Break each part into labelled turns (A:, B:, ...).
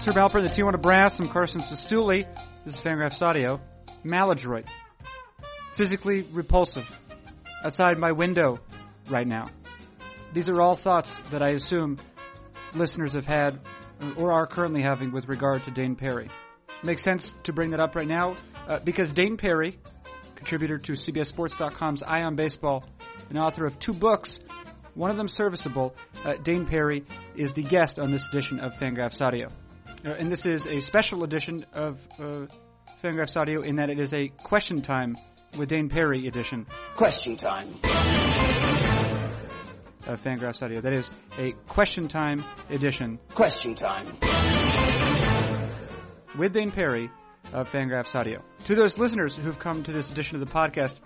A: Sir Balper, the Tijuana Brass, I'm Carson Sestouli. This is Fangraphs Audio. Maladroit. Physically repulsive. Outside my window right now. These are all thoughts that I assume listeners have had or are currently having with regard to Dane Perry. Makes sense to bring that up right now uh, because Dane Perry, contributor to CBSSports.com's Eye on Baseball, and author of two books, one of them serviceable, uh, Dane Perry is the guest on this edition of Fangraphs Audio. Uh, and this is a special edition of uh, Fangraphs Audio in that it is a question time with Dane Perry edition
B: Question time.
A: of Fangraphs Audio. That is a question time edition
B: Question time.
A: with Dane Perry of Fangraphs Audio. To those listeners who've come to this edition of the podcast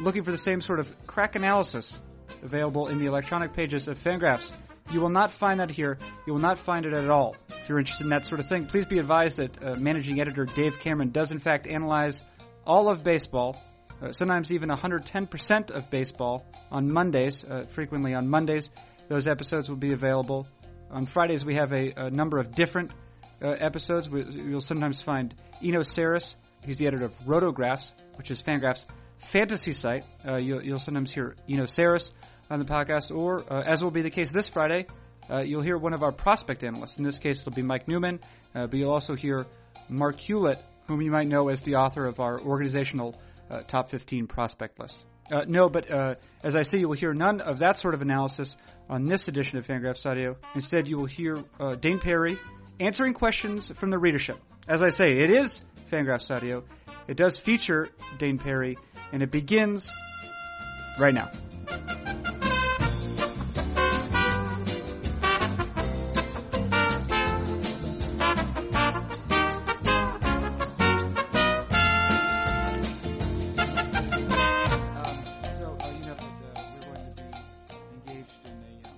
A: looking for the same sort of crack analysis available in the electronic pages of Fangraphs, you will not find that here. You will not find it at all. If you're interested in that sort of thing, please be advised that uh, managing editor Dave Cameron does in fact analyze all of baseball, uh, sometimes even 110% of baseball on Mondays, uh, frequently on Mondays. Those episodes will be available. On Fridays, we have a, a number of different uh, episodes. We, you'll sometimes find Eno Saris, he's the editor of Rotographs, which is Fangraphs' fantasy site. Uh, you'll, you'll sometimes hear Eno Saris on the podcast, or uh, as will be the case this Friday, uh, you'll hear one of our prospect analysts. In this case, it'll be Mike Newman, uh, but you'll also hear Mark Hewlett, whom you might know as the author of our organizational uh, top 15 prospect list. Uh, no, but uh, as I say, you will hear none of that sort of analysis on this edition of Fangraphs Audio. Instead, you will hear uh, Dane Perry answering questions from the readership. As I say, it is Fangraphs Audio. It does feature Dane Perry, and it begins right now. So uh, you know that uh, we're going to be engaged in a, um,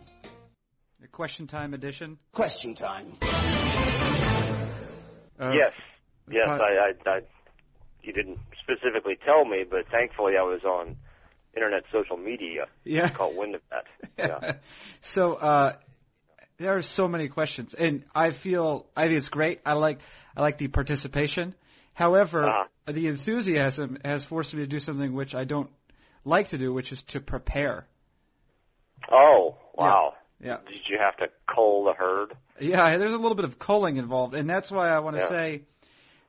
A: a question time edition.
B: Question time.
A: Uh,
C: Yes, yes.
A: Con-
C: I, I, I, you didn't specifically tell me, but thankfully I was on internet social media.
A: Yeah.
C: Called wind of that. Yeah.
A: so uh, there are so many questions, and I feel I think it's great. I like I like the participation. However,
C: Ah.
A: the enthusiasm has forced me to do something which I don't like to do, which is to prepare.
C: Oh, wow.
A: Yeah.
C: Did you have to cull the herd?
A: Yeah, there's a little bit of culling involved, and that's why I want to
C: Yeah.
A: say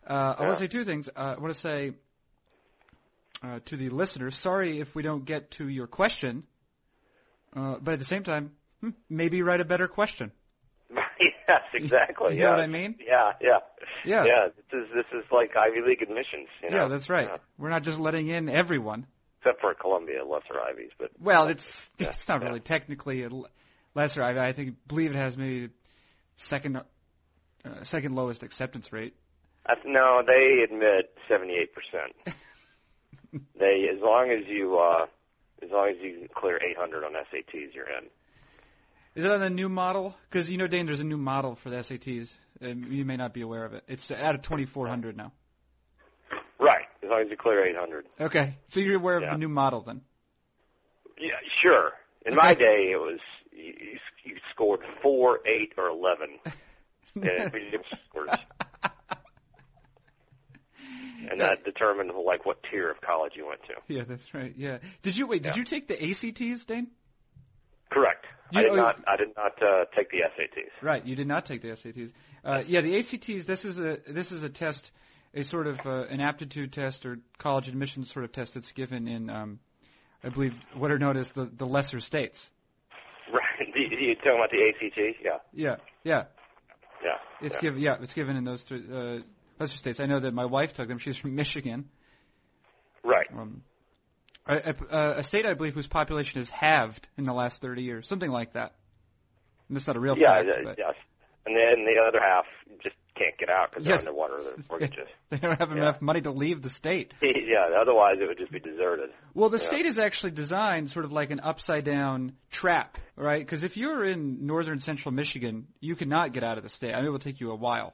A: uh, I want
C: Yeah.
A: to say two things. Uh, I want to say uh, to the listeners, sorry if we don't get to your question, uh, but at the same time, hmm, maybe write a better question.
C: yes, exactly.
A: You
C: yeah.
A: know what I mean?
C: Yeah, yeah,
A: Yeah.
C: Yeah, this is this is like Ivy League admissions. You know?
A: Yeah, that's right.
C: Yeah.
A: We're not just letting in everyone.
C: Except for Columbia, lesser Ivies, but
A: Well, it's
C: Yeah,
A: it's not
C: yeah.
A: really technically a l- lesser. I, I think believe it has maybe second uh, second lowest acceptance rate.
C: I, uh, no, they admit seventy-eight percent. They, as long as you, uh, as long as you clear eight hundred on SATs, you're in.
A: Is it on the new model? Because you know, Dane, there's a new model for the SATs. And you may not be aware of it. It's out of 2,400 now.
C: Right, as long as you clear 800.
A: Okay, so you're aware of
C: Yeah.
A: the new model then?
C: Yeah, sure. In my
A: Okay.
C: day, it was you, you, you scored four, eight, or eleven, and it was just scores. and that determined like what tier of college you went to.
A: yeah, that's right. Yeah. Did you wait? Did
C: Yeah.
A: you take the ACTs, Dane?
C: Correct.
A: You-
C: I did
A: oh,
C: not. I did not uh, take the SATs.
A: Right, you did not take the SATs. Uh, yeah, the ACTs. This is a this is a test, a sort of uh, an aptitude test or college admissions sort of test that's given in, um, I believe, what are known as the the lesser states.
C: Right. You- you talking about the ACT? Yeah.
A: Yeah, yeah.
C: Yeah.
A: It's
C: yeah.
A: given. Yeah, it's given in those three, uh, lesser states. I know that my wife took them. She's from Michigan,
C: Right.
A: um, a, a, a state I believe whose population has halved in the last thirty years, something like that. And that's not a real
C: Yeah.
A: fact.
C: yeah,
A: but
C: Yes. And then the other half just can't get out because
A: Yes.
C: they're underwater. Their mortgages.
A: They don't have
C: Yeah.
A: enough money to leave the state.
C: yeah. Otherwise, it would just be deserted.
A: Well, the
C: Yeah.
A: state is actually designed sort of like an upside down trap, right? Because if you're in northern central Michigan, you cannot get out of the state. I mean, it will take you a while.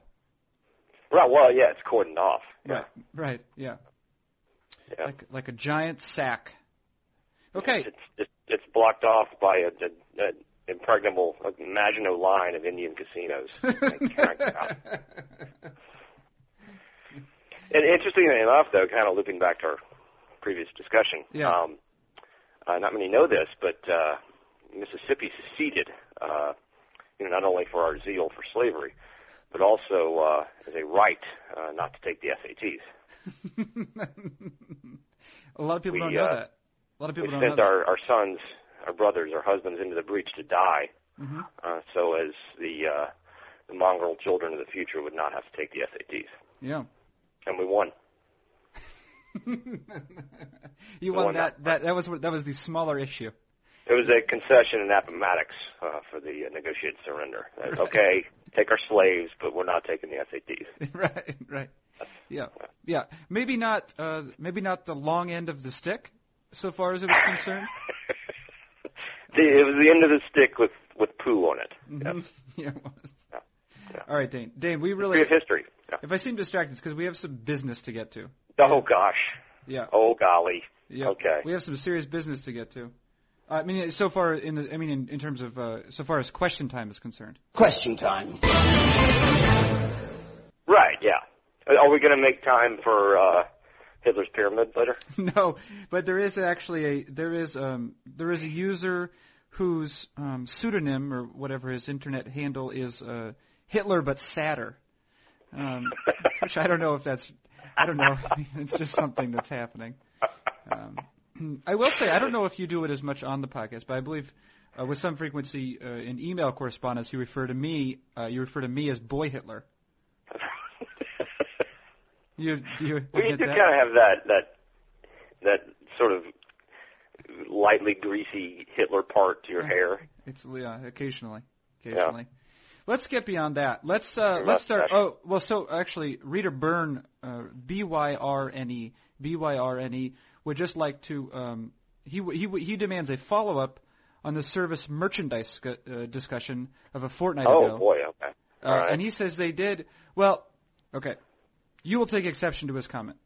C: Right. Well, yeah, it's cordoned off.
A: Right. Right. Yeah.
C: Yeah.
A: Like like a giant sack. Okay.
C: It's, it's it's blocked off by a, a, a impregnable, like, imagine a line of Indian casinos. Like, can I get out? and interestingly enough, though, kind of looping back to our previous discussion,
A: Yeah.
C: um, uh, not many know this, but uh, Mississippi seceded, uh, you know, not only for our zeal for slavery, but also uh, as a right uh, not to take the SATs.
A: a lot of people
C: We,
A: don't know
C: uh,
A: that. A lot of
C: we
A: people don't know
C: sent
A: that.
C: our, our sons, our brothers, our husbands into the breach to die,
A: Mm-hmm.
C: uh, so as the uh, the mongrel children of the future would not have to take the SATs.
A: yeah.
C: And we won.
A: You
C: the
A: won
C: one
A: that,
C: that-
A: that. That was what- that was the smaller issue.
C: It was a concession in Appomattox uh, for the uh, negotiated surrender. That, Okay, take our slaves, but we're not taking the SATs.
A: right, right. Yeah, yeah. Maybe not. Uh, maybe not the long end of the stick, so far as it was concerned.
C: The, it was the end of the stick with with poo on it. Yeah.
A: Mm-hmm. yeah, it was.
C: Yeah, yeah.
A: All right, Dane. Dane, we
C: History
A: really.
C: of history. Yeah.
A: If I seem distracted, it's because we have some business to get to.
C: Oh gosh.
A: Yeah.
C: Oh golly.
A: Yeah.
C: Okay.
A: We have some serious business to get to. Uh, I mean, so far in the, I mean, in, in terms of uh, so far as question time is concerned.
B: Question time.
C: Right. Yeah. Are we going to make time for uh, Hitler's pyramid later?
A: no, but there is actually a there is um there is a user whose um, pseudonym or whatever his internet handle is uh, Hitler but sadder, um, which I don't know if that's I don't know it's just something that's happening. Um, I will say I don't know if you do it as much on the podcast, but I believe. Uh, with some frequency uh, in email correspondence, you refer to me. Uh, you refer to me as Boy Hitler. You do you, you
C: We
A: get
C: do
A: that?
C: kind of have that that that sort of lightly greasy Hitler part to your hair.
A: It's yeah, occasionally, occasionally. Let's get beyond that. Let's uh,
C: Your
A: let's start.
C: mustache.
A: Oh, well, so actually, Reader Byrne, uh, B Y R N E, B Y R N E, would just like to. Um, he w- he w- he demands a follow up on the service merchandise sc- uh, discussion of a fortnight
C: Oh
A: ago.
C: boy, okay.
A: Uh,
C: All right.
A: And he says they did. Well, okay. You will take exception to his comment.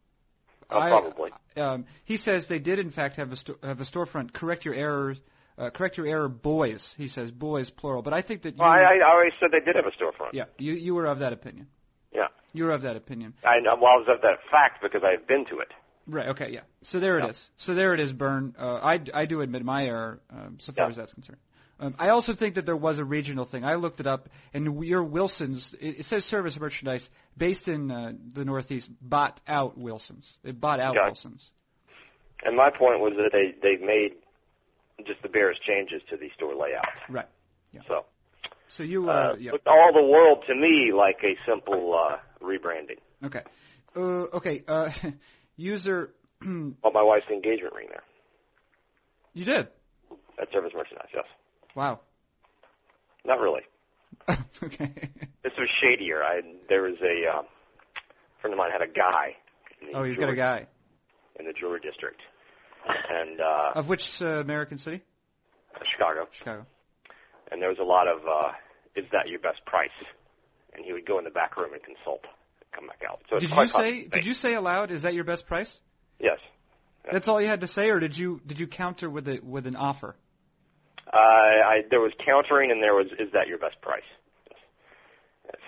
C: Oh,
A: I-
C: probably.
A: Um, he says they did in fact have a sto- have a storefront. Correct your errors. Uh, correct your error, boys. He says boys plural. But I think that you,
C: Well, I, I already said they did have a storefront.
A: yeah, you you were of that opinion.
C: Yeah.
A: You were of that opinion.
C: I know. uh, Well, I was of that fact because I've been to it.
A: Right. Okay. Yeah. So there it is. So there it is, Byrne. Uh, I I do admit my error um, so far
C: Yeah.
A: as that's concerned. Um, I also think that there was a regional thing. I looked it up, and your Wilson's it, it says service merchandise based in uh, the Northeast bought out Wilson's. They bought out
C: Yeah.
A: Wilson's.
C: And my point was that they they made just the barest changes to the store layout.
A: Right. Yeah.
C: So
A: So you
C: uh,
A: uh, yeah.
C: looked all the world to me like a simple uh, rebranding.
A: Okay. Uh, okay. Uh, user, you
C: Well, my wife's engagement ring there.
A: did.
C: That service merchandise. Yes.
A: Wow.
C: Not really.
A: okay.
C: This was shadier. I there was a um, friend of mine had a guy. In the
A: Oh, you've got a
C: jewelry,
A: guy.
C: in the jewelry district, and uh,
A: Of which uh, American city?
C: Chicago.
A: Chicago.
C: And there was a lot of uh, is that your best price? And he would go in the back room and consult, come back out. So it's
A: Did you
C: quite common
A: say?
C: thing.
A: Did you say aloud? Is that your best price?
C: Yes.
A: That's all you had to say, or did you did you counter with a with an offer?
C: Uh, I, there was countering, and there was is that your best price? Yes.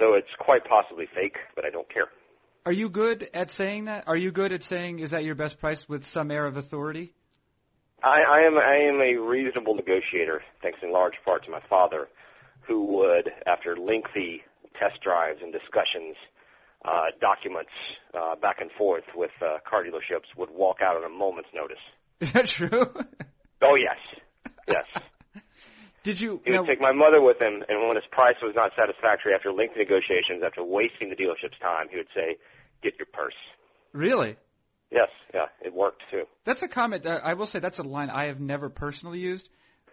C: So it's quite possibly fake, but I don't care.
A: Are you good at saying that? Are you good at saying is that your best price with some air of authority?
C: I, I am I am a reasonable negotiator, thanks in large part to my father, who would, after lengthy test drives and discussions, uh, documents uh, back and forth with uh, car dealerships, would walk out on a moment's notice.
A: Is that true?
C: Oh yes, yes.
A: did you?
C: He
A: now-
C: would take my mother with him, and when his price was not satisfactory after lengthy negotiations, after wasting the dealership's time, he would say, "Get your purse."
A: really?
C: Yes, yeah, it worked too.
A: That's a comment. Uh, I will say that's a line I have never personally used,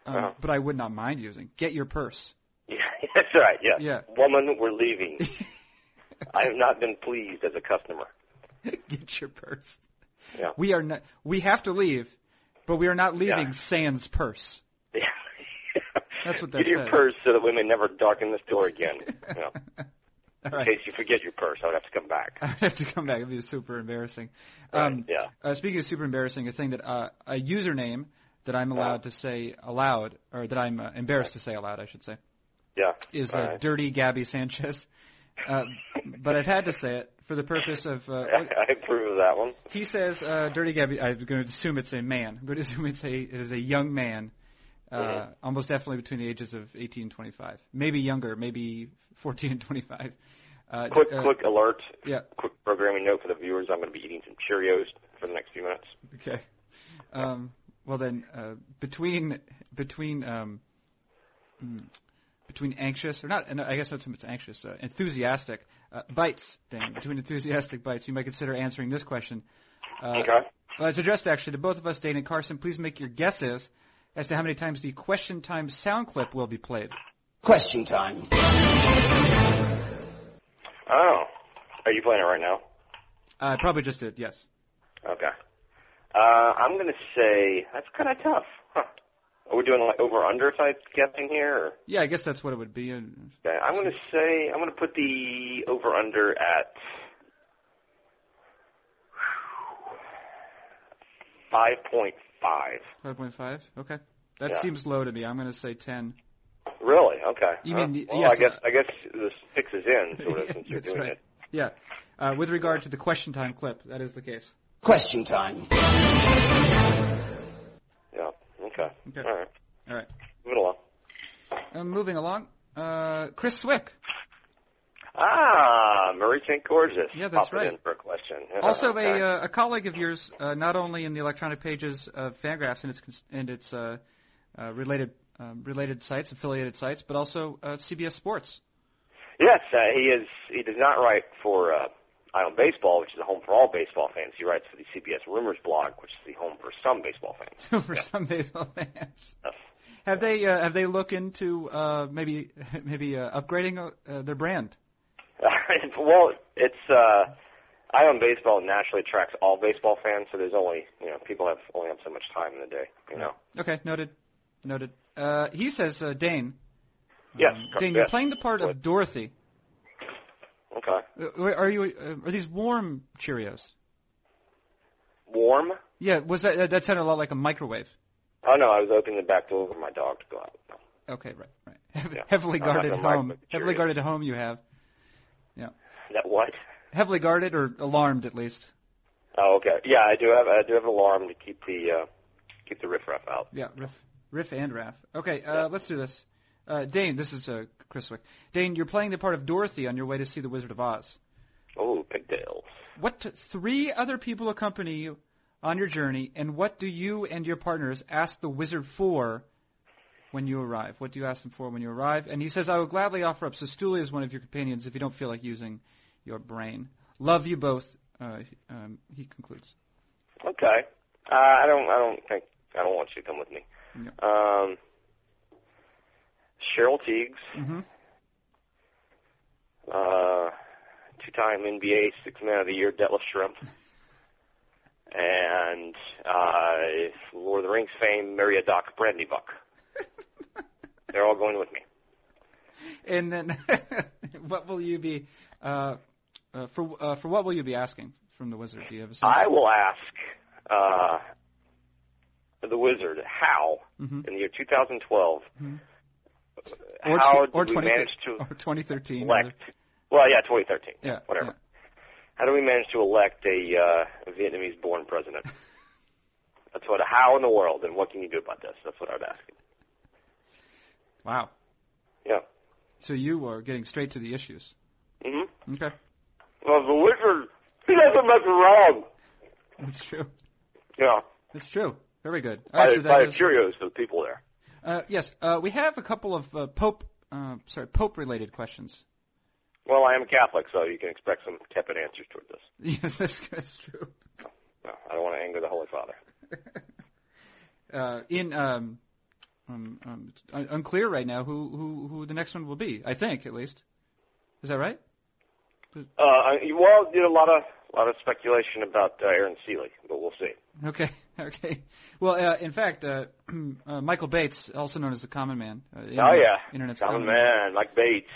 A: um,
C: Uh-huh.
A: but I would not mind using. Get your purse.
C: Yeah, that's right. Yes.
A: Yeah.
C: Woman, we're leaving. I have not been pleased as a customer.
A: Get your purse.
C: Yeah.
A: We are not. We have to leave, but we are not leaving
C: Yeah.
A: Sans purse.
C: Yeah.
A: That's what that
C: Get your
A: says.
C: purse so that we may never darken this door again. Yeah.
A: All
C: In
A: right.
C: case you forget your purse, I would have to come back.
A: I have to come back. It'd be super embarrassing.
C: Right,
A: Um,
C: yeah.
A: uh, speaking of super embarrassing, a thing that uh, a username that I'm allowed to say aloud, or that I'm uh, embarrassed to say aloud, I should say,
C: Yeah.
A: is uh,
C: All right.
A: dirty Gabby Sanchez. Uh, but I've had to say it for the purpose of. Uh, what-
C: I approve of that one.
A: he says, uh, "Dirty Gabby." I'm going to assume it's a man. I'm going to assume it's a it is a young man, uh,
C: Mhm.
A: almost definitely between the ages of 18 and 25, maybe younger, maybe 14 and 25. Uh,
C: Quick,
A: uh,
C: quick alert.
A: yeah.
C: Quick programming note for the viewers. I'm going to be eating some Cheerios for the next few minutes.
A: Okay. Um, well then, uh, between between um, mm, between anxious or not, no, I guess that's it's anxious, uh, enthusiastic uh, bites. Dang, between enthusiastic bites, you might consider answering this question. Uh,
C: Okay.
A: well, it's addressed actually to both of us, Dane and Carson. Please make your guesses as to how many times the question time sound clip will be played.
B: Question time.
C: Oh, are you playing it right now?
A: I Uh, probably just did, yes.
C: Okay. Uh, I'm going to say that's kind of tough. Huh. Are we doing like over under type guessing here? Or?
A: Yeah, I guess that's what it would be. And
C: Okay, I'm going to say I'm going to put the over under at five point five.
A: 5.5. Okay, that
C: Yeah.
A: seems low to me. I'm going to say 10.
C: Really? Okay.
A: You
C: Huh.
A: mean the-
C: well,
A: yes,
C: I guess
A: uh,
C: I guess this fix is in sort of
A: Yeah,
C: since you're
A: that's
C: doing
A: right.
C: it.
A: Yeah. Uh, with regard to the question time clip, that is the case.
B: Question time.
C: Yeah. Okay.
A: Okay.
C: All right.
A: All right.
C: Moving along.
A: Um, moving along, uh, Chris Swick.
C: Ah, Marie St. Gorgeous.
A: Yeah, that's
C: popping
A: right.
C: in for a question.
A: Also,
C: okay.
A: a, uh, a colleague of yours, uh, not only in the electronic pages of Fangraphs and its cons- and its uh, uh, related um, related sites, affiliated sites, but also uh, CBS Sports.
C: Yes, uh, he is. He does not write for uh, Island Baseball, which is a home for all baseball fans. He writes for the CBS Rumors blog, which is the home for some baseball fans.
A: for some baseball fans. Have they uh, have they looked into uh, maybe maybe uh, upgrading uh, their brand?
C: well, it's uh, Island Baseball naturally attracts all baseball fans, so there's only you know people have only have so much time in the day. You know.
A: Okay, noted, noted. Uh, he says, uh, Dane.
C: Yes.
A: um,
C: cor-
A: Dane, you're
C: yes.
A: playing the part of Dorothy.
C: Okay.
A: Uh, Are you? Uh, are these warm Cheerios?
C: Warm.
A: Yeah. Was that that- that sounded a lot like a microwave?
C: Oh no, I was opening the back door for my dog to go out. No.
A: Okay, right, right. Heav-
C: Yeah.
A: Heavily
C: Not like
A: guarded
C: a
A: home.
C: microwave
A: Heavily
C: Cheerios.
A: guarded home. You have
C: That what?
A: heavily guarded or alarmed at least.
C: Oh, okay. Yeah, I do have I do have an alarm to keep the uh, keep the riffraff out.
A: Yeah, riff, riff and raff. Okay, uh,
C: Yeah.
A: let's do this. Uh, Dane, this is uh, Chris Wick. Dane, you're playing the part of Dorothy on your way to see the Wizard of Oz.
C: Oh, pigtails.
A: What t- three other people accompany you on your journey, and what do you and your partners ask the wizard for when you arrive? What do you ask them for when you arrive? And he says, I will gladly offer up Sestouli as one of your companions if you don't feel like using your brain. Love you both, uh, um, he concludes.
C: Okay. Uh, I don't. I don't think. I don't want you to come with me.
A: No.
C: Um, Cheryl Teagues,
A: hmm
C: uh, two-time NBA Six Man of the Year, Detlef Shrimp, and uh, Lord of the Rings fame, Maria Doc Brandybuck. They're all going with me.
A: And then, what will you be uh, uh, for? Uh, for what will you be asking from the wizard? Do you have a sense?
C: I will ask uh, the wizard how
A: Mhm.
C: in the year 2012
A: Mhm. Or
C: how
A: tw- Mm-hmm. or Oh,
C: did we
A: 20
C: manage to
A: Or 2013?
C: elect. Well, yeah, 2013.
A: Yeah,
C: whatever.
A: yeah.
C: How do we manage to elect a uh, Vietnamese-born president? That's what. How in the world, and what can you do about this? That's what I would ask. him.
A: Wow.
C: Yeah.
A: So you are getting straight to the issues.
C: Mhm.
A: Okay,
C: Well, the wizard, he doesn't make it wrong.
A: that's true.
C: Yeah.
A: That's true. Very good. All
C: By,
A: right,
C: the
A: so
C: by
A: that
C: the
A: is-
C: Cheerios to the people there.
A: uh, yes, uh, we have a couple of uh, Pope, uh, sorry, Pope-related questions.
C: Well, I am a Catholic, so you can expect some tepid answers toward this.
A: Yes, that's, that's true.
C: No, I don't want to anger the Holy Father.
A: Uh, in um, um, um, it's un- unclear right now who, who who the next one will be. I think at least. Is that right?
C: Uh, I- well, did a lot of a lot of speculation about uh, Aaron Seeley, but we'll see.
A: Okay, okay. Well, uh, in fact, uh, uh, Michael Bates, also known as the Common Man. Uh,
C: Oh
A: Internet's-
C: yeah,
A: Internet's
C: common man, Mike Bates,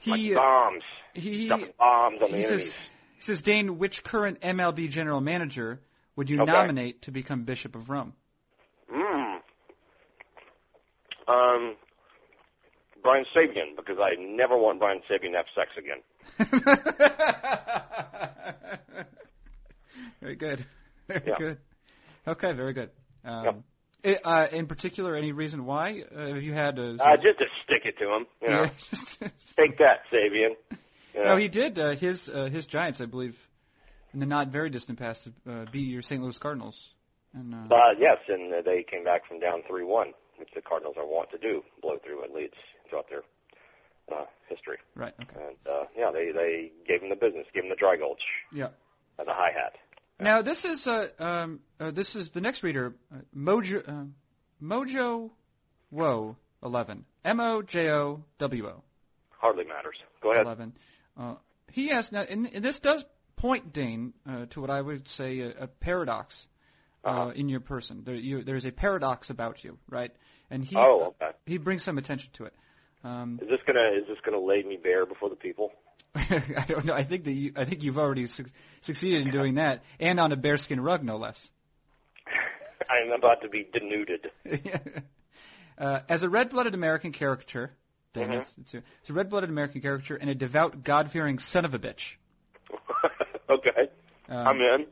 A: He- uh,
C: Mike bombs,
A: He
C: dropping bombs on the
A: he
C: enemies.
A: says he says Dane, which current MLB general manager would you
C: Okay.
A: nominate to become Bishop of Rome?
C: Hmm. Um, Brian Sabian, because I never want Brian Sabian to have sex again.
A: very good. Very
C: Yeah.
A: good. Okay, very good. Um,
C: Yep.
A: i- uh, in particular, any reason why uh, have you had? A,
C: Uh, just to stick it to him, you know.
A: just-
C: Take that, Sabian. You know?
A: No, he did. Uh, his uh, his Giants, I believe, in the not very distant past, uh, beat your St. Louis Cardinals. And uh,
C: Uh, yes, and uh, they came back from down 3-1, which the Cardinals are wont to do, blow through at Leeds throughout their uh, history.
A: right, okay.
C: And uh, yeah, they they gave him the business, gave him the dry gulch
A: Yeah.
C: and the hi hat.
A: Now this is uh, um, uh, this is the next reader, uh, Mojo um Mojo Woe eleven M O J O W O
C: Hardly matters. Go ahead.
A: eleven. Uh, he asked now, and, and this does point Dane uh, to what I would say a, a paradox uh,
C: Uh-huh.
A: in your person. There you, there is a paradox about you, right? And he uh,
C: Oh, okay.
A: he brings some attention to it. Um,
C: Is this gonna is this gonna lay me bare before the people?
A: I don't know. I think that you, I think you've already suc succeeded in doing that, and on a bearskin rug, no less.
C: I am about to be denuded.
A: uh, as a red-blooded American caricature, Dana,
C: Mhm.
A: it's, it's a, it's a red-blooded American caricature and a devout, God-fearing son of a bitch.
C: okay,
A: Um,
C: I'm in.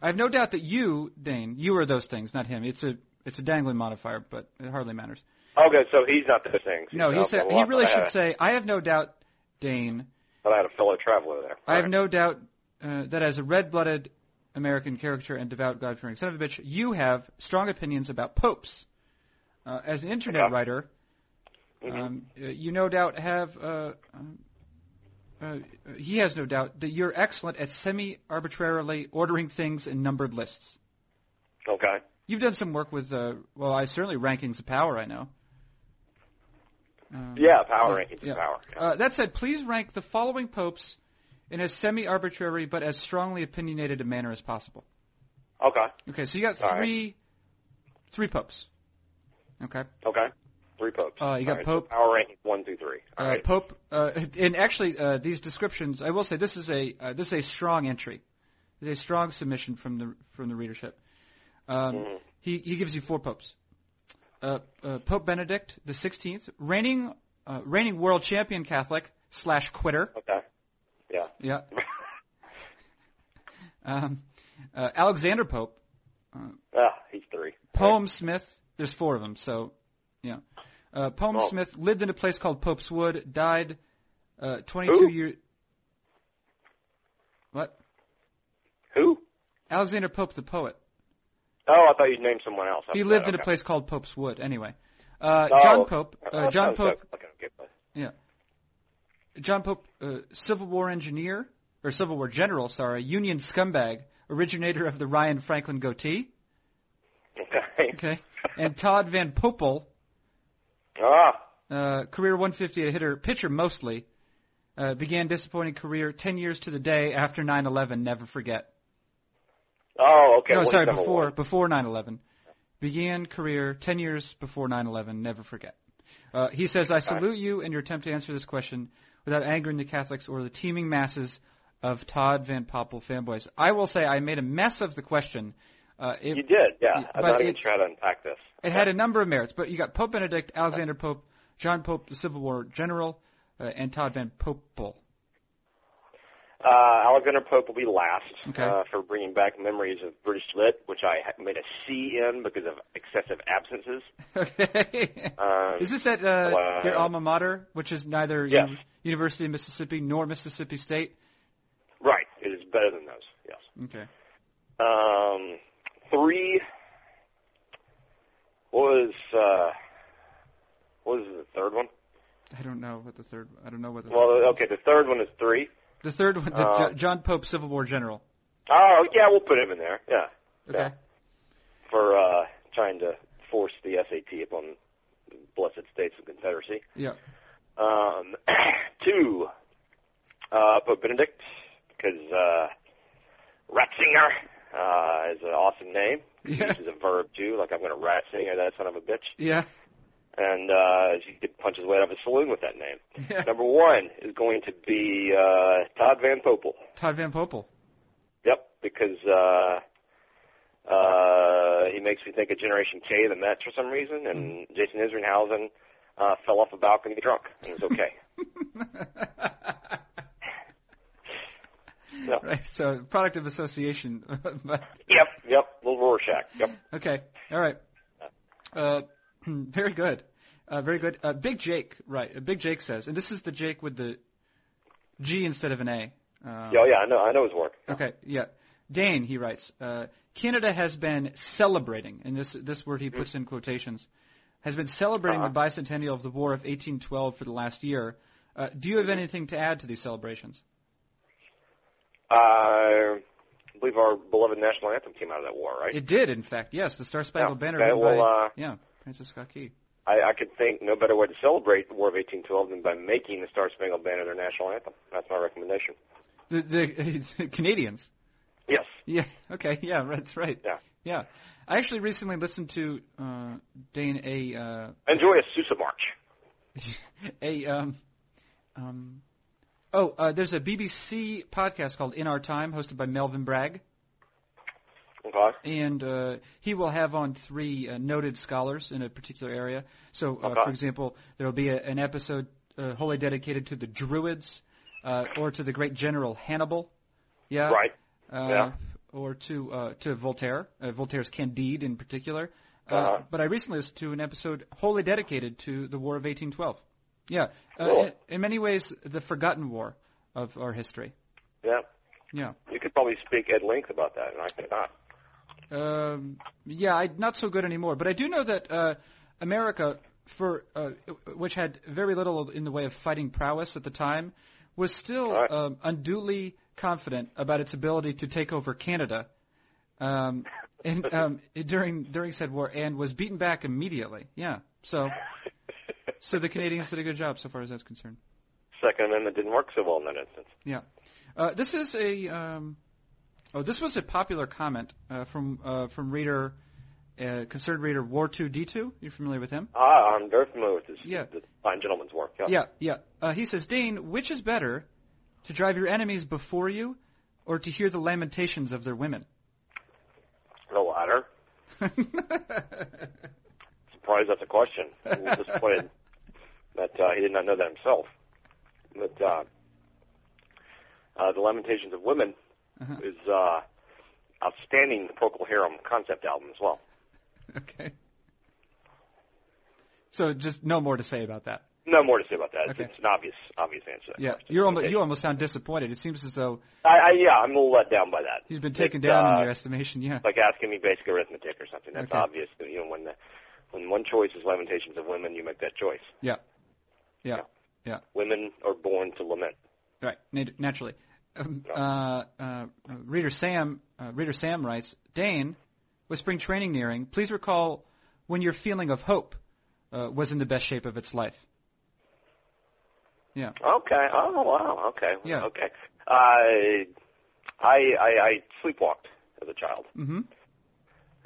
A: I have no doubt that you, Dane, you are those things, not him. It's a it's a dangling modifier, but it hardly matters.
C: Okay, so he's not those things.
A: No, he
C: Okay,
A: said
C: well,
A: he really
C: I had
A: should
C: a-
A: say, "I have no doubt, Dane,
C: But I had a fellow traveler there.
A: I have
C: All
A: no doubt uh, that as a red-blooded American caricature and devout God-fearing son of a bitch, you have strong opinions about popes. Uh, as an internet
C: Yeah.
A: writer,
C: Mhm.
A: um, uh, you no doubt have. Uh, um, uh, he has no doubt that you're excellent at semi-arbitrarily ordering things in numbered lists.
C: right. Okay.
A: You've done some work with, uh, well, I certainly rankings of power. I know. Um,
C: Yeah, power
A: Yeah,
C: rankings
A: yeah.
C: of power. Yeah.
A: uh, that said, please rank the following popes in as semi-arbitrary but as strongly opinionated a manner as possible.
C: okay.
A: Okay, so you got
C: All right.
A: three, three popes. Okay,
C: Okay. Three popes.
A: Uh, you got
C: All right, so
A: Pope-
C: power rankings one, two, three.
A: uh,
C: All right.
A: Pope, uh, and actually uh, these descriptions, I will say this is a uh, this is a strong entry, It's a strong submission from the from the readership. Um,
C: Mhm.
A: He he gives you four popes. Uh, uh, Pope Benedict the Sixteenth, reigning uh, reigning world champion Catholic slash quitter.
C: Okay.
A: Yeah. Um, uh, Alexander Pope,
C: Ah, he's three.
A: Poem Smith. There's four of them, so yeah. Uh, Poem
C: Oh.
A: Smith lived in a place called Pope's Wood. Died uh, 22
C: Who?
A: years. What?
C: Who?
A: Alexander Pope, the poet.
C: Oh, I thought you'd name someone else.
A: He
C: I'm
A: lived
C: glad.
A: in a place called Pope's Wood. Anyway, uh,
C: Oh.
A: John Pope.
C: Okay.
A: Uh,
C: That
A: John
C: sounds
A: Pope.
C: okay, okay, but-
A: John Pope, uh, Civil War engineer or Civil War general. Sorry, Union scumbag, originator of the Ryan Franklin goatee.
C: Okay.
A: Okay, and Todd Van Poppel,
C: Ah,
A: uh, career 158 hitter, pitcher mostly, uh, began disappointing career 10 years to the day after 9/11. Never forget.
C: oh, okay.
A: no,
C: wait,
A: sorry,
C: number
A: before
C: one.
A: before 9/11. Began career 10 years before 9/11. Never forget. Uh, he says, "I salute you and your attempt to answer this question without angering the Catholics or the teeming masses of Todd Van Poppel fanboys." I will say, I made a mess of the question. Uh, it,
C: You did, yeah.
A: Yeah,
C: I'm
A: but
C: not even
A: it-
C: trying to unpack this.
A: It had a number of merits, but you got Pope Benedict, Alexander Pope, John Pope, the Civil War general, uh, and Todd Van Poppel.
C: Uh, Alexander Pope will be last
A: Okay.
C: uh, for bringing back memories of British Lit, which I ha- made a C in because of excessive absences.
A: Okay.
C: Um,
A: Is this at uh,
C: Wow.
A: your alma mater, which is neither
C: Yes.
A: U- University of Mississippi nor Mississippi State?
C: right. It is better than those, yes.
A: Okay.
C: Um, three what was, uh, what was the third one?
A: I don't know what the third. I don't know what the
C: Well, okay, the third one is three.
A: the third one. The
C: uh,
A: Jo- John Pope, Civil War general.
C: Oh, yeah, we'll put him in there, yeah,
A: Okay.
C: Yeah. for uh, trying to force the SAT upon the blessed states of Confederacy.
A: Yeah.
C: Um, two, uh, Pope Benedict, because uh, Ratzinger uh, is an awesome name.
A: Yeah.
C: This is a verb too, like I'm going to Ratzinger that son of a bitch,
A: Yeah.
C: and uh, he could punch his way out of a saloon with that name.
A: Yeah.
C: Number one is going to be uh, Todd Van Poppel.
A: Todd Van Poppel.
C: Yep, because uh, Uh, he makes me think of Generation K, the Mets, for some reason, and Jason Isringhausen uh, fell off a balcony drunk and was okay. no.
A: Right. So product of association. but,
C: Yep, yep, little Rorschach. Yep.
A: okay. All right. Uh, very good. Uh, very good. Uh, Big Jake. Right. Uh, Big Jake says, and this is the Jake with the G instead of an A. Um,
C: Yeah, oh, yeah, I know, I know his work.
A: Okay, yeah. Dane, he writes, uh, Canada has been celebrating, and this this word he puts in quotations, has been celebrating the
C: Uh-huh.
A: bicentennial of the War of 1812 for the last year. Uh, do you have
C: Mm-hmm.
A: anything to add to these celebrations?
C: Uh, I believe our beloved national anthem came out of that war, right?
A: It did, in fact, yes. The Star Spangled
C: Yeah,
A: Banner.
C: okay,
A: written
C: well,
A: by-
C: uh,
A: yeah, Francis Scott Key.
C: I, I could think no better way to celebrate the War of 1812 than by making the Star Spangled Banner their national anthem. That's my recommendation.
A: The, the Canadians.
C: Yes.
A: Yeah. Okay. Yeah. That's right.
C: Yeah.
A: Yeah. I actually recently listened to uh, Dane a uh,
C: Enjoy a Sousa March.
A: a um, um, oh, uh, there's a BBC podcast called In Our Time, hosted by Melvin Bragg,
C: Okay.
A: and uh, he will have on three uh, noted scholars in a particular area. So, uh,
C: Okay.
A: for example, there will be a, an episode uh, wholly dedicated to the Druids, uh, or to the great general Hannibal. Yeah.
C: Right.
A: Uh,
C: Yeah.
A: Or to uh, to Voltaire, uh, Voltaire's Candide in particular. Uh,
C: Uh-huh.
A: But I recently listened to an episode wholly dedicated to the War of 1812. Yeah, uh,
C: Cool.
A: in, in many ways, the forgotten war of our history.
C: Yeah.
A: Yeah.
C: You could probably speak at length about that, and I could not.
A: Um, yeah, I, not so good anymore. But I do know that uh, America, for uh, which had very little in the way of fighting prowess at the time, was still
C: Right.
A: um, unduly confident about its ability to take over Canada um, and, um, during during said war, and was beaten back immediately. Yeah, so so the Canadians did a good job so far as that's concerned.
C: Second Amendment didn't work so well in that instance.
A: Uh, this is a um, oh, this was a popular comment uh, from uh, from reader uh, concerned reader War Two D Two. You're familiar with him?
C: Ah, I'm very familiar with this,
A: Yeah.
C: this fine gentleman's work. Yeah.
A: Yeah, yeah. Uh, he says, Dane, which is better, to drive your enemies before you, or to hear the lamentations of their women?
C: The latter. Surprised that's a question. I'm disappointed that uh, he did not know that himself. But uh, uh, the Lamentations of Women
A: Uh-huh.
C: is uh, outstanding Procol Harum concept album as well.
A: okay. So just no more to say about that.
C: No more to say about that. It's-
A: Okay.
C: It's an obvious, obvious answer. to that
A: Yeah,
C: question.
A: you're almost, you
C: Lamentations.
A: almost sound disappointed. It seems as though
C: I, I, yeah, I'm a little let down by that.
A: you've been taken
C: It's,
A: down
C: uh,
A: in your estimation. Yeah.
C: like asking me basic arithmetic or something. That's
A: Okay.
C: obvious. You know, when the, when one choice is Lamentations of Women, you make that choice.
A: Yeah. Yeah. Yeah.
C: Women are born to lament.
A: Right, nat- naturally. Um, uh, uh, reader Sam, uh, reader Sam writes, Dane, with spring training nearing, please recall when your feeling of hope uh, was in the best shape of its life.
C: Okay. Oh wow. Okay.
A: Yeah.
C: Okay. Uh, I I I, I sleepwalked as a child,
A: Mm-hmm.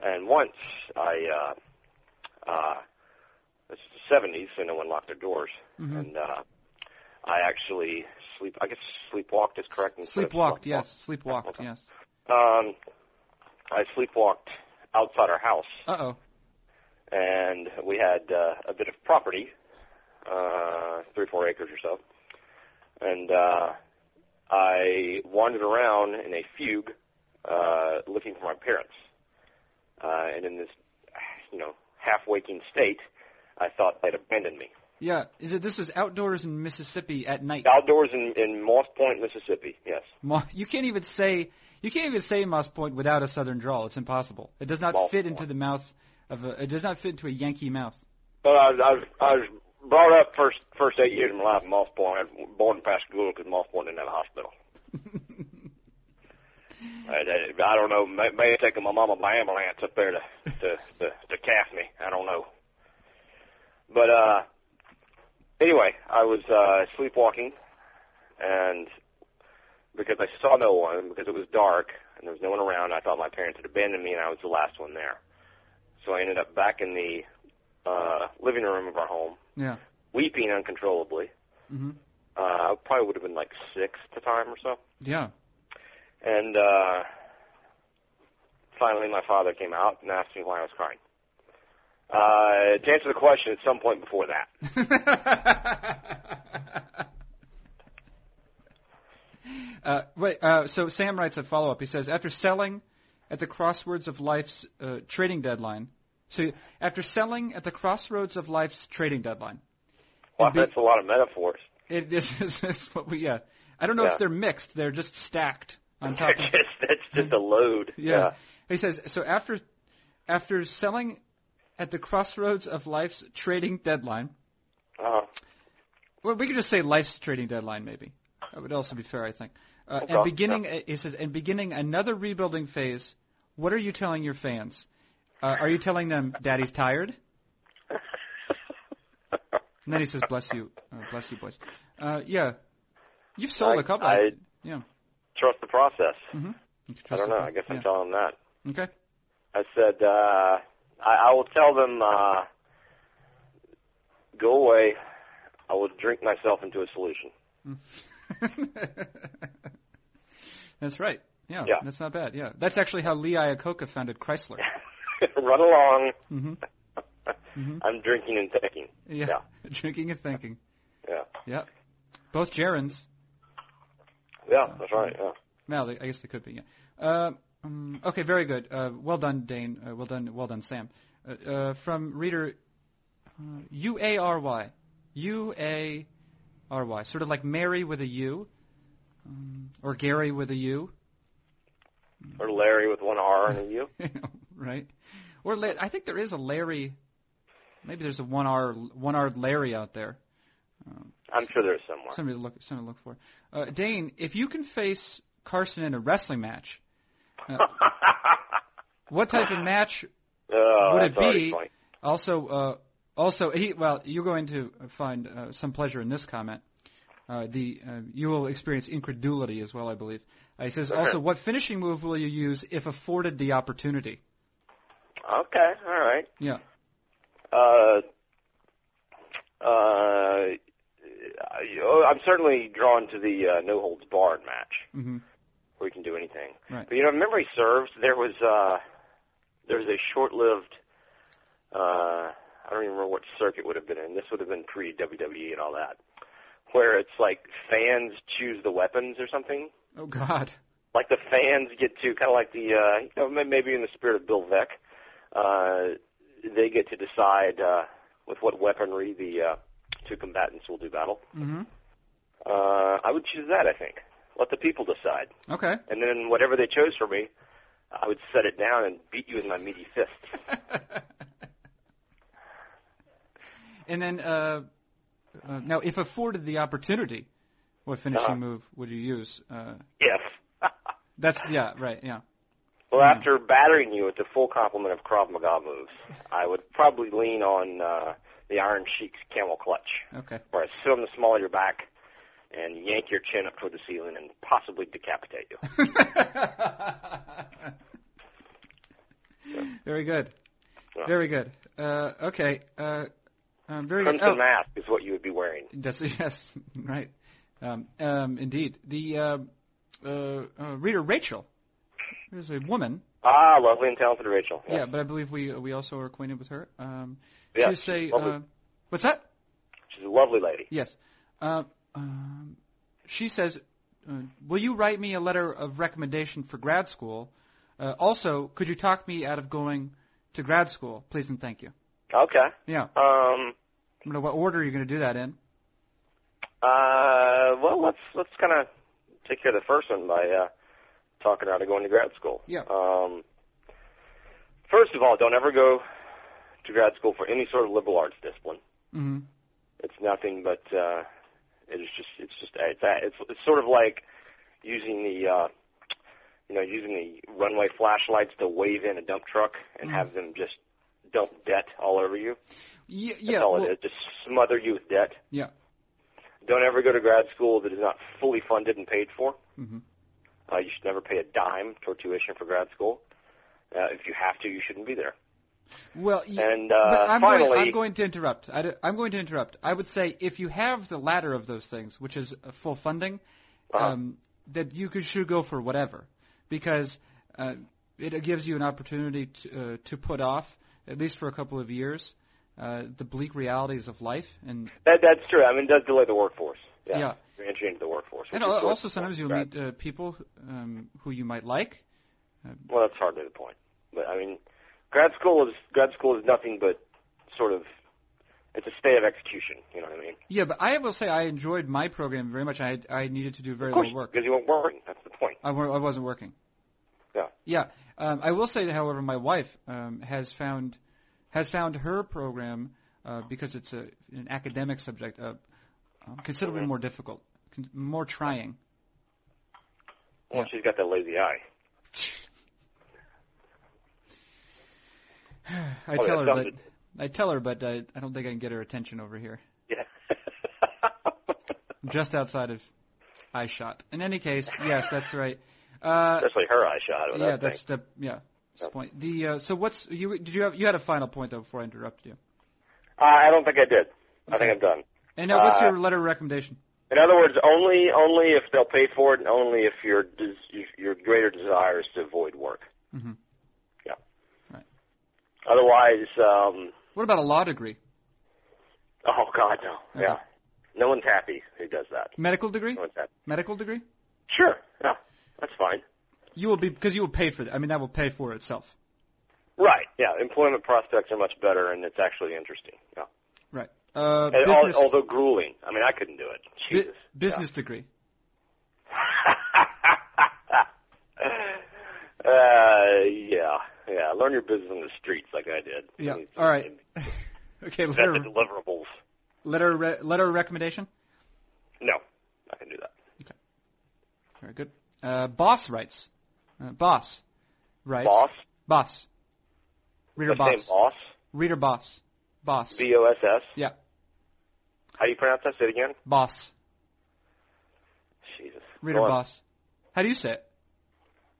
C: and once I uh, uh, this is the '70s, so no one locked their doors,
A: Mhm.
C: and uh, I actually sleep. I guess sleepwalked is correct. instead of
A: Sleepwalked, yes. Sleepwalked,
C: Okay.
A: yes.
C: Um, I sleepwalked outside our house,
A: Uh oh.
C: and we had uh, a bit of property, uh, three four acres or so, and uh, I wandered around in a fugue, uh, looking for my parents, uh, and in this, you know, half waking state, I thought they'd abandoned me.
A: Yeah, is it, this is outdoors in Mississippi at night.
C: Outdoors in, in Moss Point, Mississippi. Yes,
A: Mo- you can't even say you can't even say Moss Point without a Southern drawl. It's impossible. It does not
C: Moss
A: fit
C: Point.
A: into the mouth of a. It does not fit into a Yankee mouth.
C: but I, was- I, was- I was brought up first first eight years of my life in Moss Point. I was born in Pascagoula because Moss Point didn't have a hospital. I, uh, I, I don't know. May, may have taken my mama by ambulance up there to, to to to calf me. I don't know. But uh, anyway, I was uh, sleepwalking, and because I saw no one, because it was dark and there was no one around, I thought my parents had abandoned me, and I was the last one there. So I ended up back in the uh, living room of our home,
A: Yeah.
C: weeping uncontrollably.
A: hmm
C: Uh, I probably would have been like six at the time or so
A: Yeah.
C: and uh, Finally, my father came out and asked me why I was crying. Uh, to answer the question, at some point before that.
A: uh, wait, uh, so Sam writes a follow up. He says, after selling at the crossroads of life's uh, trading deadline, so after selling at the crossroads of life's trading deadline,
C: Well,
A: It'd be-
C: that's a lot of metaphors.
A: it, this, is, this is what we, yeah. I don't know
C: Yeah.
A: if they're mixed, they're just stacked on top
C: That's
A: of
C: just, that's just a load.
A: Yeah. He says so after after selling at the crossroads of life's trading deadline.
C: Yeah. Uh,
A: Well, we could just say life's trading deadline, maybe. That would also be fair, I think. Uh,
C: Okay,
A: and beginning, he says, and beginning another rebuilding phase. What are you telling your fans? Uh, are you telling them Daddy's tired? And then he says, "Bless you, uh, bless you, boys." Uh, yeah, you've sold
C: I-
A: a couple.
C: I-
A: yeah.
C: trust the process.
A: You can
C: I
A: trust
C: don't know.
A: it.
C: I guess I'm
A: Yeah.
C: telling them that.
A: Okay.
C: I said, uh, I, I will tell them, uh, go away. I will drink myself into a solution.
A: that's right. Yeah,
C: Yeah.
A: that's not bad. Yeah, that's actually how Lee Iacocca founded Chrysler.
C: Run along.
A: hmm
C: I'm drinking and thinking.
A: Yeah.
C: Yeah.
A: drinking and thinking.
C: Yeah.
A: Yeah, both gerunds.
C: Yeah, that's right. Yeah.
A: No, they- I guess they could be. Yeah. Uh, um, okay, very good. Uh, well done, Dane. Uh, well done, well done, Sam. Uh, uh, from reader uh, U A R Y, U A R Y, sort of like Mary with a U, um, or Gary with a U.
C: Or Larry with one R and a U.
A: right? Or La- I think there is a Larry. Maybe there's a one R one R Larry out there.
C: I'm sure there's somewhere.
A: Somebody to look something to look for. Uh, Dane, if you can face Carson in a wrestling match, uh, what type of match?
C: Oh,
A: Would
C: that's
A: it be-
C: already funny.
A: Also, uh, also he. Well, you're going to find uh, some pleasure in this comment. Uh, the uh, you will experience incredulity as well, I believe. Uh, he says also, what finishing move will you use if afforded the opportunity?
C: Okay, all right.
A: Yeah.
C: Uh, uh, I- oh, I'm certainly drawn to the uh, no holds barred match
A: hmm
C: where you can do anything.
A: Right.
C: But you know, if memory serves, there was uh, there was a short lived. Uh, I don't even remember what circuit would have been in. This would have been pre WWE and all that, where it's like fans choose the weapons or something.
A: Oh God.
C: like the fans get to kind of like the uh, you know, may- maybe in the spirit of Bill Veck, uh, they get to decide uh, with what weaponry the uh, two combatants will do battle.
A: hmm
C: Uh, I would choose that. I think let the people decide,
A: Okay.
C: and then whatever they chose for me, I would set it down and beat you with my meaty fist.
A: and then, uh, uh, now, if afforded the opportunity, what finishing
C: Uh-huh.
A: move would you use? Uh,
C: If
A: that's yeah, right, yeah.
C: well, after battering you with the full complement of Krav Maga moves, I would probably lean on uh, the Iron Sheik's camel clutch.
A: Okay,
C: where I sit on the small of your back and yank your chin up toward the ceiling and possibly decapitate you.
A: very good,
C: Yeah.
A: very good. Uh, okay, uh, um, very good.
C: Crimson
A: Oh,
C: mask is what you would be wearing.
A: That's yes, right. Um, um, indeed, the uh, uh, uh, reader Rachel, who's a woman.
C: Ah, lovely and talented Rachel.
A: Yeah, but I believe we we also are acquainted with her. Um,
C: Yeah,
A: she say,
C: she's lovely.
A: uh, what's that?
C: She's a lovely lady.
A: Yes. Uh, um, she says, uh, "Will you write me a letter of recommendation for grad school? Uh, also, could you talk me out of going to grad school, please and thank you."
C: Okay.
A: Yeah.
C: Um
A: I don't know what order you're going to do that in.
C: uh well let's let's kinda take care of the first one by uh talking her out of going to grad school.
A: Yeah.
C: Um first of all, don't ever go to grad school for any sort of liberal arts discipline.
A: hmm
C: it's nothing but uh, it's just it's just it's, it's it's sort of like using the uh, you know using the runway flashlights to wave in a dump truck and have them just dump debt all over you.
A: Yeah.
C: That's
A: Yeah.
C: all
A: well,
C: it is. Just smother you with debt.
A: yeah.
C: Don't ever go to grad school that is not fully funded and paid for.
A: Mhm.
C: Uh, you should never pay a dime toward tuition for grad school. Uh, if you have to, you shouldn't be there.
A: Well. y-
C: And
A: but
C: uh,
A: I'm
C: finally,
A: going, I'm going to interrupt. I, am going to interrupt. I would say if you have the latter of those things, which is uh, full funding,
C: Uh-huh.
A: um, that you could, should go for whatever, because uh, it gives you an opportunity to, uh, to put off, at least for a couple of years, uh, the bleak realities of life. And,
C: That, that's true. I mean, it does delay the workforce. Yeah.
A: Yeah.
C: Your entry into the workforce.
A: and
C: which is
A: al-
C: what-
A: also, sometimes you'll meet uh, people um, who you might like.
C: Well, that's hardly the point. But I mean, grad school is grad school is nothing but sort of it's a stay of execution. You know what I mean?
A: Yeah, but I will say I enjoyed my program very much. I, I needed to do very
C: Of course,
A: little work.
C: because you weren't working. That's the point.
A: I, wa- I wasn't working.
C: Yeah.
A: Yeah. Um, I will say, however, my wife um, has found has found her program uh, because it's a, an academic subject uh, um, considerably more difficult, con- more trying.
C: Well, she's got that lazy
A: I
C: eye. Oh,
A: tell
C: yeah,
A: her, but
C: sounds-
A: I tell her, but uh, I, I don't think I can get her attention over here.
C: Yeah.
A: I'm just outside of eye shot. In any case, yes, that's right. Uh,
C: Especially her eye shot. with
A: yeah,
C: that thing.
A: that's the yeah. that's the point. The uh, so what's you did you have you had a final point though before I interrupted you.
C: Uh, I don't think I did. I think I'm done.
A: And now what's
C: Uh,
A: your letter of recommendation?
C: In other words, only only if they'll pay for it, and only if your des- if your greater desire is to avoid work.
A: Mhm.
C: Yeah.
A: Right.
C: Otherwise, um,
A: What about a law degree,
C: oh God, no. Yeah.
A: Okay.
C: No one's happy who does that.
A: medical degree,
C: No one's happy.
A: medical degree?
C: Sure. Yeah. That's fine.
A: You will be because you will pay for that. I mean, that will pay for itself.
C: Right. Yeah. Employment prospects are much better, and it's actually interesting. Yeah.
A: Right. Uh,
C: And al-
A: business
C: although grueling. I mean, I couldn't do it.
A: bu-
C: Jesus.
A: business degree.
C: Uh, yeah. Yeah. Learn your business in the streets like I did.
A: Yeah.
C: I mean,
A: All right. Okay.
C: Is that the
A: Letter
C: deliverables?
A: letter re- letter of recommendation.
C: No, I can do that.
A: Very good. Uh, boss writes. Uh, boss writes.
C: Boss.
A: Boss. Reader
C: Last name
A: boss.
C: Boss.
A: Reader boss. Boss.
C: B O S S.
A: Yeah.
C: How do you pronounce that? Say it again.
A: Boss.
C: Jesus.
A: Reader
C: Go on.
A: boss. How do you say it?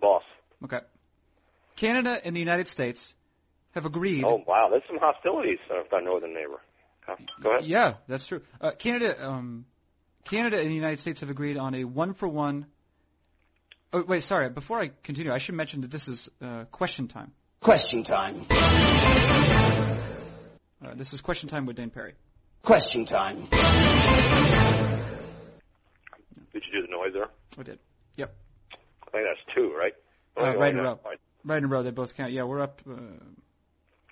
C: Boss.
A: Okay. Canada and the United States have agreed.
C: Oh wow, there's some hostilities with our northern neighbor. Huh? Go ahead.
A: Yeah, that's true. Uh, Canada, um, Canada and the United States have agreed on a one for one. Oh wait, sorry. Before I continue, I should mention that this is uh, question time.
B: Question time.
A: Uh, this is question time with Dane Perry.
B: Question time.
C: Did you do the noise there?
A: I Oh, did. Yep.
C: I think that's two, right?
A: Uh,
C: Oh,
A: right
C: no,
A: in a row.
C: fine.
A: Right in a row, they both count. Yeah, we're up. Uh,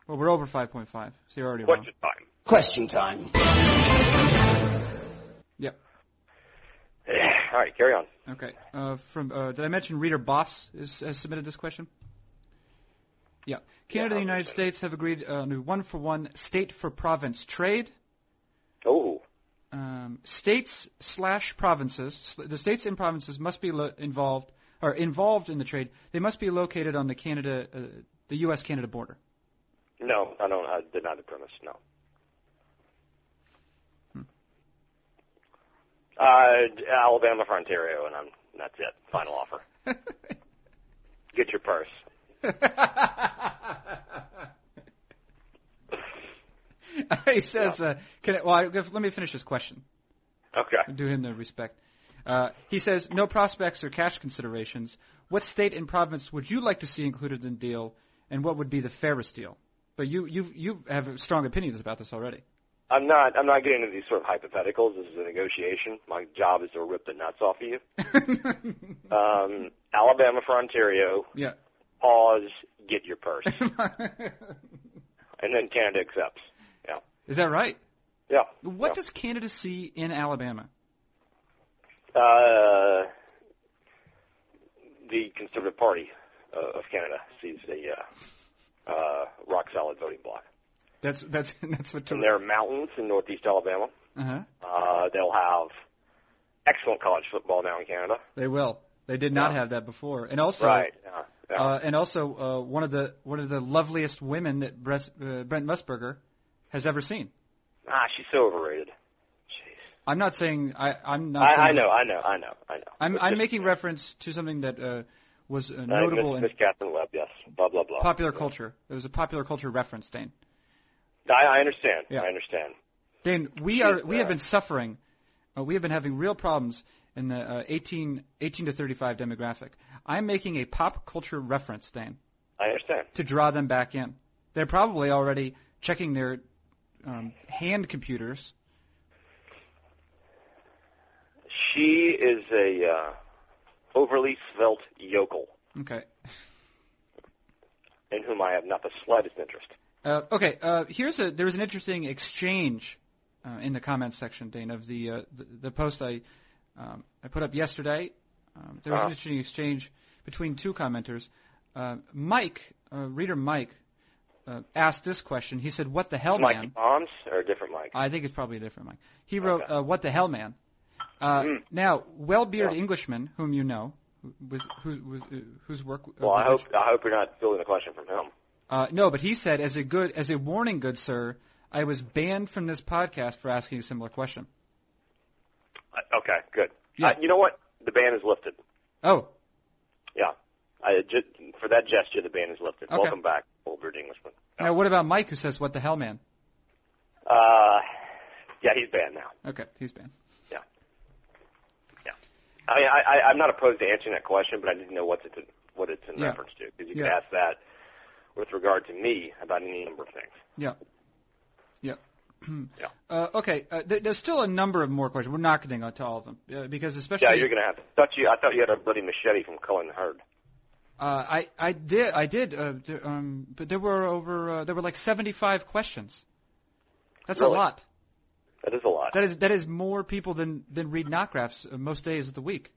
A: well, we're over five point five. So you're already wrong.
C: Question time.
B: Question time.
A: Yep.
C: All right, carry on.
A: Okay. Uh, from uh, did I mention Reader Boss is, has submitted this question? Yeah. Canada
C: Yeah,
A: and the United
C: I'll
A: States have agreed on a one for one state for province trade.
C: Oh,
A: Um, states slash provinces, sl- the states and provinces must be lo- involved are involved in the trade. They must be located on the Canada, uh, the U.S. Canada border.
C: no, I don't. I deny the premise. No. Uh, Alabama for Ontario, and I'm that's it. Final offer. Get your purse.
A: he says, uh, can I, well, I, let me finish this question.
C: Okay.
A: do him the respect. Uh, he says, no prospects or cash considerations. What state and province would you like to see included in the deal, and what would be the fairest deal? But you you you have strong opinions about this already.
C: I'm not. I'm not getting into these sort of hypotheticals. This is a negotiation. My job is to rip the nuts off of you. Um, Alabama for Ontario.
A: yeah.
C: Pause. Get your purse, and then Canada accepts. Yeah.
A: Is that right?
C: Yeah.
A: What
C: yeah.
A: does Canada see in Alabama?
C: Uh, the Conservative Party uh, of Canada sees a uh, uh, rock solid voting bloc.
A: That's that's that's what.
C: And there are mountains in northeast Alabama.
A: uh
C: Uh, they'll have excellent college football now in Canada.
A: They will. They did not
C: Yeah.
A: have that before, and also
C: Right. Yeah. yeah.
A: uh, and also uh, one of the one of the loveliest women that Brent, uh, Brent Musburger has ever seen.
C: ah, she's so overrated. Jeez.
A: I'm not saying I, I'm not. saying
C: I, I know, I know, I know, I know.
A: I'm,
C: But
A: I'm
C: just-
A: making reference to something that uh, was uh,
C: uh,
A: notable
C: Miss,
A: in
C: Miss Catherine Webb, yes. Blah blah blah.
A: popular culture. It was a popular culture reference, Dane.
C: I, I understand.
A: Yeah.
C: I understand.
A: Dane, we
C: Yes,
A: are we have been suffering. Uh, we have been having real problems in the uh, 18 18 to 35 demographic. I'm making a pop culture reference, Dane.
C: I understand.
A: to draw them back in. They're probably already checking their um, hand computers.
C: She is a uh, overly svelte yokel
A: Okay.
C: in whom I have not the slightest interest.
A: Uh, okay. Uh, here's a there was an interesting exchange uh, in the comments section, Dane, of the uh, the, the post I um, I put up yesterday. Um, there was
C: Uh-huh.
A: an interesting exchange between two commenters. Uh, Mike, uh, reader Mike, uh, asked this question. He said, "What the hell,
C: Mike
A: Oh, man?" Oh,
C: Bombs or a different Mike?
A: I think it's probably a different Mike. He wrote,
C: Okay.
A: uh, "What the hell, man." Uh,
C: Mm.
A: Now, well-bearded
C: Yeah.
A: Englishman, whom you know, who- with who, with, uh, whose work. uh,
C: well, I
A: with which-
C: hope I hope you're not stealing the question from him.
A: Uh, no, but he said, "As a good, as a warning, good sir, I was banned from this podcast for asking a similar question."
C: I, okay, good.
A: Yeah.
C: Uh, you know what? The ban is lifted.
A: Oh,
C: Yeah. I just, for that gesture, the ban is lifted.
A: Okay.
C: Welcome back, old British Englishman.
A: now what about Mike, who says, "What the hell, man"?
C: Uh, yeah, he's banned now.
A: Okay, he's banned.
C: I mean, I, I, I'm not opposed to answering that question, but I didn't know what's it what it's in
A: Yeah.
C: reference to because you could
A: Yeah.
C: ask that with regard to me about any number of things.
A: Uh, okay, uh, there, there's still a number of more questions. We're not getting to all of them uh, because, especially,
C: Yeah, you're gonna have. Thought you, I thought you had a bloody machete from Cullen Hurd.
A: uh, I I did I did, uh, d- um, but there were over uh, there were like 75 questions. That's
C: Really?
A: a lot.
C: That is a lot.
A: That is that is more people than than read knockgraphs uh, most days of the week.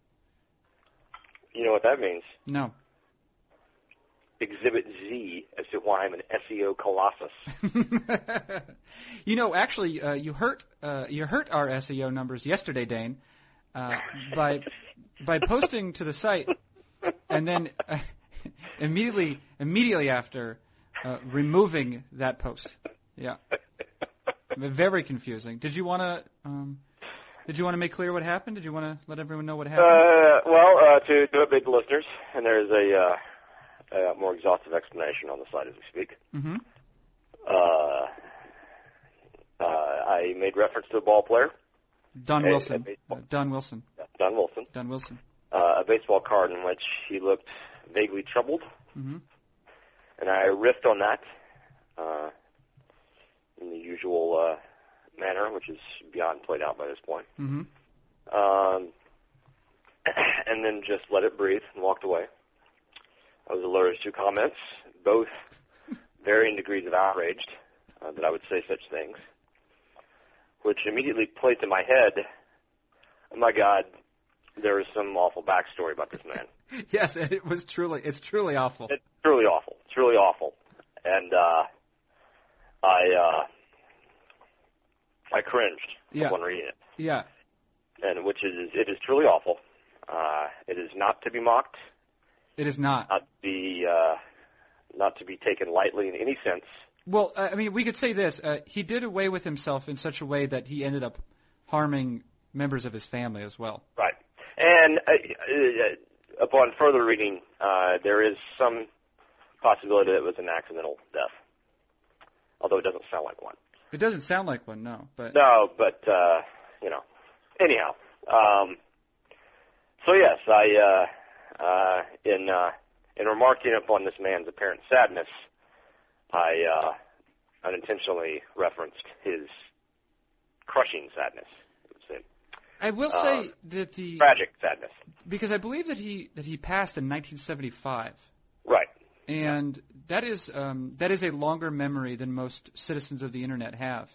C: you know what that means?
A: No.
C: Exhibit Z as to why I'm an SEO colossus.
A: you know, actually, uh, you hurt uh, you hurt our SEO numbers yesterday, Dane, uh, by by posting to the site and then uh, immediately immediately after uh, removing that post. Yeah, very confusing. Did you want to? Um, did you want to make clear what happened? Did you want to let everyone know what happened?
C: Uh, well, uh, to to update the listeners, and there is a, uh, a more exhaustive explanation on the site as we speak.
A: hmm
C: Uh, uh, I made reference to a ball player,
A: Don
C: hey,
A: Wilson.
C: hey,
A: Uh, Don Wilson.
C: Don Wilson,
A: Don Wilson.
C: uh, a baseball card in which he looked vaguely troubled,
A: hmm
C: and I riffed on that uh, in the usual uh, manner, which is beyond played out by this point.
A: hmm
C: um, and then just let it breathe and walked away. I was alerted to comments, both varying degrees of outraged uh, that I would say such things, which immediately played to my head, oh my God, there is some awful backstory about this man.
A: Yes, it was truly. It's truly awful.
C: It's truly awful. It's truly awful. And uh, I uh, I cringed
A: Yeah.
C: upon reading it.
A: Yeah.
C: and which is it is truly awful. Uh, it is not to be mocked,
A: It is not.
C: not to be uh, not to be taken lightly in any sense.
A: Well, I I mean, we could say this. Uh, he did away with himself in such a way that he ended up harming members of his family as well.
C: Right. And uh, uh, upon further reading, uh, there is some possibility that it was an accidental death, although it doesn't sound like one.
A: It doesn't sound like one, no. But
C: No, but uh, you know. Anyhow, um, so yes, I uh, uh, in uh, in remarking upon this man's apparent sadness, I uh, unintentionally referenced his crushing sadness. I would say.
A: I will
C: uh,
A: say that the
C: Tragic sadness.
A: because I believe that he that he passed in 1975,
C: Right.
A: and that is um, that is a longer memory than most citizens of the internet have.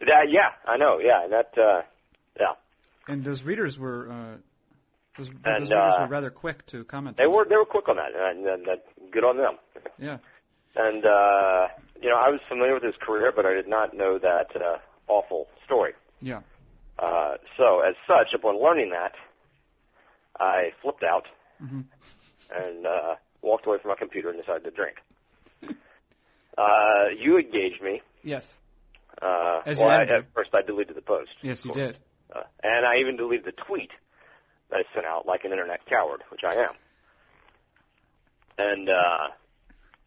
C: That, yeah, I know. Yeah, that. Uh,
A: And those readers were uh, those, those
C: And,
A: readers
C: uh,
A: were rather quick to comment.
C: They
A: on it.
C: were they were quick on that, and, and that, good on them.
A: Yeah.
C: And uh, you know, I was familiar with his career, but I did not know that uh, awful story.
A: Yeah.
C: Uh, so, as such, upon learning that, I flipped out
A: Mhm.
C: and uh, walked away from my computer and decided to drink. uh, you engaged me.
A: Yes.
C: Uh,
A: As
C: well,
A: you
C: I,
A: had to.
C: at first, I deleted the post.
A: Yes, you
C: Of course.
A: did.
C: Uh, and I even deleted the tweet that I sent out like an internet coward, which I am. And uh,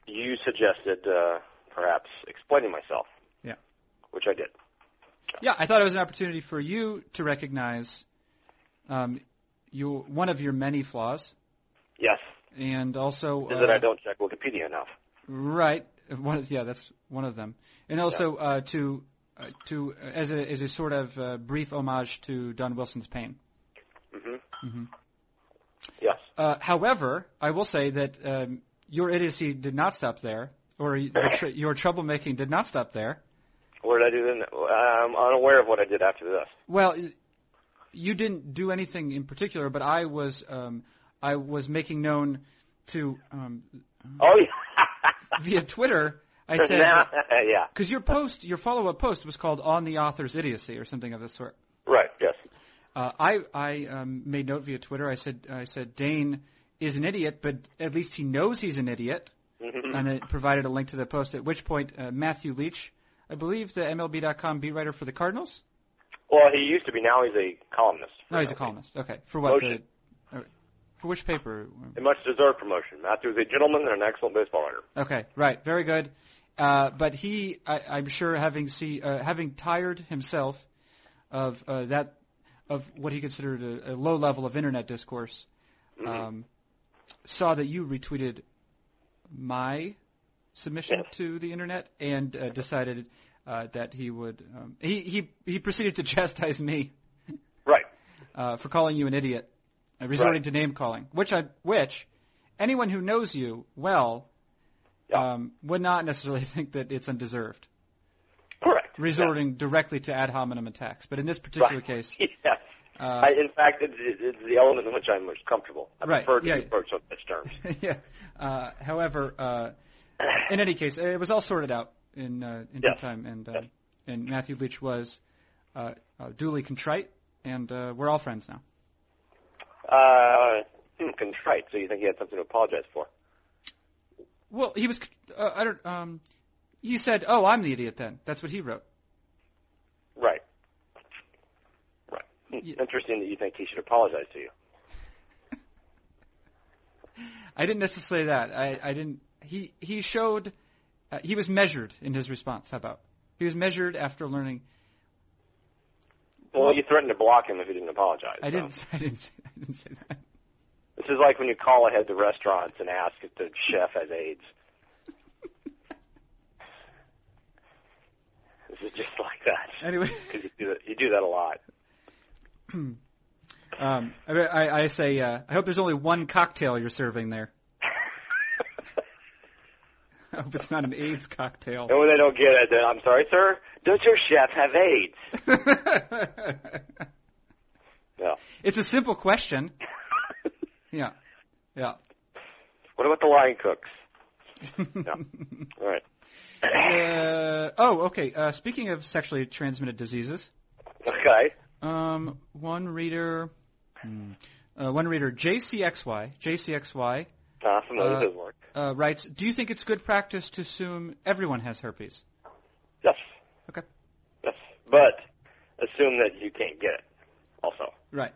C: you suggested uh, perhaps explaining myself.
A: Yeah.
C: Which I did.
A: Yeah, I thought it was an opportunity for you to recognize um, your one of your many flaws,
C: Yes.
A: and also
C: Is
A: uh,
C: that I don't check Wikipedia enough.
A: Right. One of, yeah, that's one of them. And also uh, to uh, to as a as a sort of uh, brief homage to Don Wilson's Pain.
C: hmm
A: hmm
C: Yes.
A: Uh, however, I will say that um, your idiocy did not stop there, or your, tr- your troublemaking did not stop there.
C: What did I do then? I'm unaware of what I did after this.
A: Well, y- you didn't do anything in particular, but I was um, I was making known to um,
C: Oh yeah.
A: via Twitter. I said
C: Now- yeah.
A: because your post, your follow up post was called "On the Author's Idiocy" or something of the sort.
C: Right. Yes.
A: Uh, I I um, made note via Twitter. I said I said Dane is an idiot, but at least he knows he's an idiot,
C: Mhm.
A: and it provided a link to the post. At which point, uh, Matthew Leach, I believe the MLB.com beat writer for the Cardinals.
C: well, he used to be. Now he's a columnist.
A: No, he's a columnist. Okay, for what? The,
C: Motion.
A: uh, for which paper?
C: A much deserved promotion. Matthew is a gentleman and an excellent baseball writer.
A: Okay, right, very good. Uh, but he, I, I'm sure, having see, uh, having tired himself of uh, that, of what he considered a, a low level of internet discourse, um, saw that you retweeted my submission
C: Yes.
A: to the internet and uh, decided uh, that he would. Um, he he he proceeded to chastise me
C: Right.
A: uh, for calling you an idiot, uh, resorting to name calling, which I, which anyone who knows you well
C: Yeah.
A: um, would not necessarily think that it's undeserved,
C: Correct.
A: resorting directly to ad hominem attacks. But in this particular
C: Right.
A: case,
C: Yeah. Yes.
A: uh,
C: I, in fact, it's, it's it's the element in which I'm most comfortable. I
A: Right,
C: prefer to
A: yeah.
C: be approached on such terms.
A: yeah. Uh, however, uh, in any case, it was all sorted out in uh, in
C: Yes.
A: due time, and uh,
C: Yes.
A: and Matthew Leach was uh, uh, duly contrite, and uh, we're all friends now.
C: Uh, hmm, contrite. So you think he had something to apologize for?
A: Well, he was. Uh, I don't. Um, he said, "Oh, I'm the idiot." Then that's what he wrote.
C: Right. Right. Hmm,
A: Ye-
C: Interesting that you think he should apologize to you.
A: I didn't necessarily say that. I, I didn't. He he showed. Uh, he was measured in his response. How about he was measured after learning?
C: Well, you threatened to block him if he didn't apologize.
A: I
C: so.
A: didn't. I didn't. Say, I didn't say that.
C: This is like when you call ahead to restaurants and ask if the chef has AIDS. this is just like that.
A: Anyway,
C: 'Cause you do that, you do that a lot.
A: um, I, I, I say. Uh, I hope there's only one cocktail you're serving there. I hope it's not an AIDS cocktail.
C: And when they don't get it, then I'm sorry, sir. Does your chef have AIDS? Yeah.
A: It's a simple question. Yeah. Yeah.
C: What about the line cooks? All right.
A: Uh, oh, okay. Uh, speaking of sexually transmitted diseases,
C: Okay.
A: Um, one reader, hmm, uh, one reader, JCXY, JCXY,
C: Nah, some of
A: Uh,
C: this doesn't work.
A: uh, writes, do you think it's good practice to assume everyone has herpes?
C: Yes.
A: Okay.
C: Yes. But assume that you can't get it. Also. Yeah.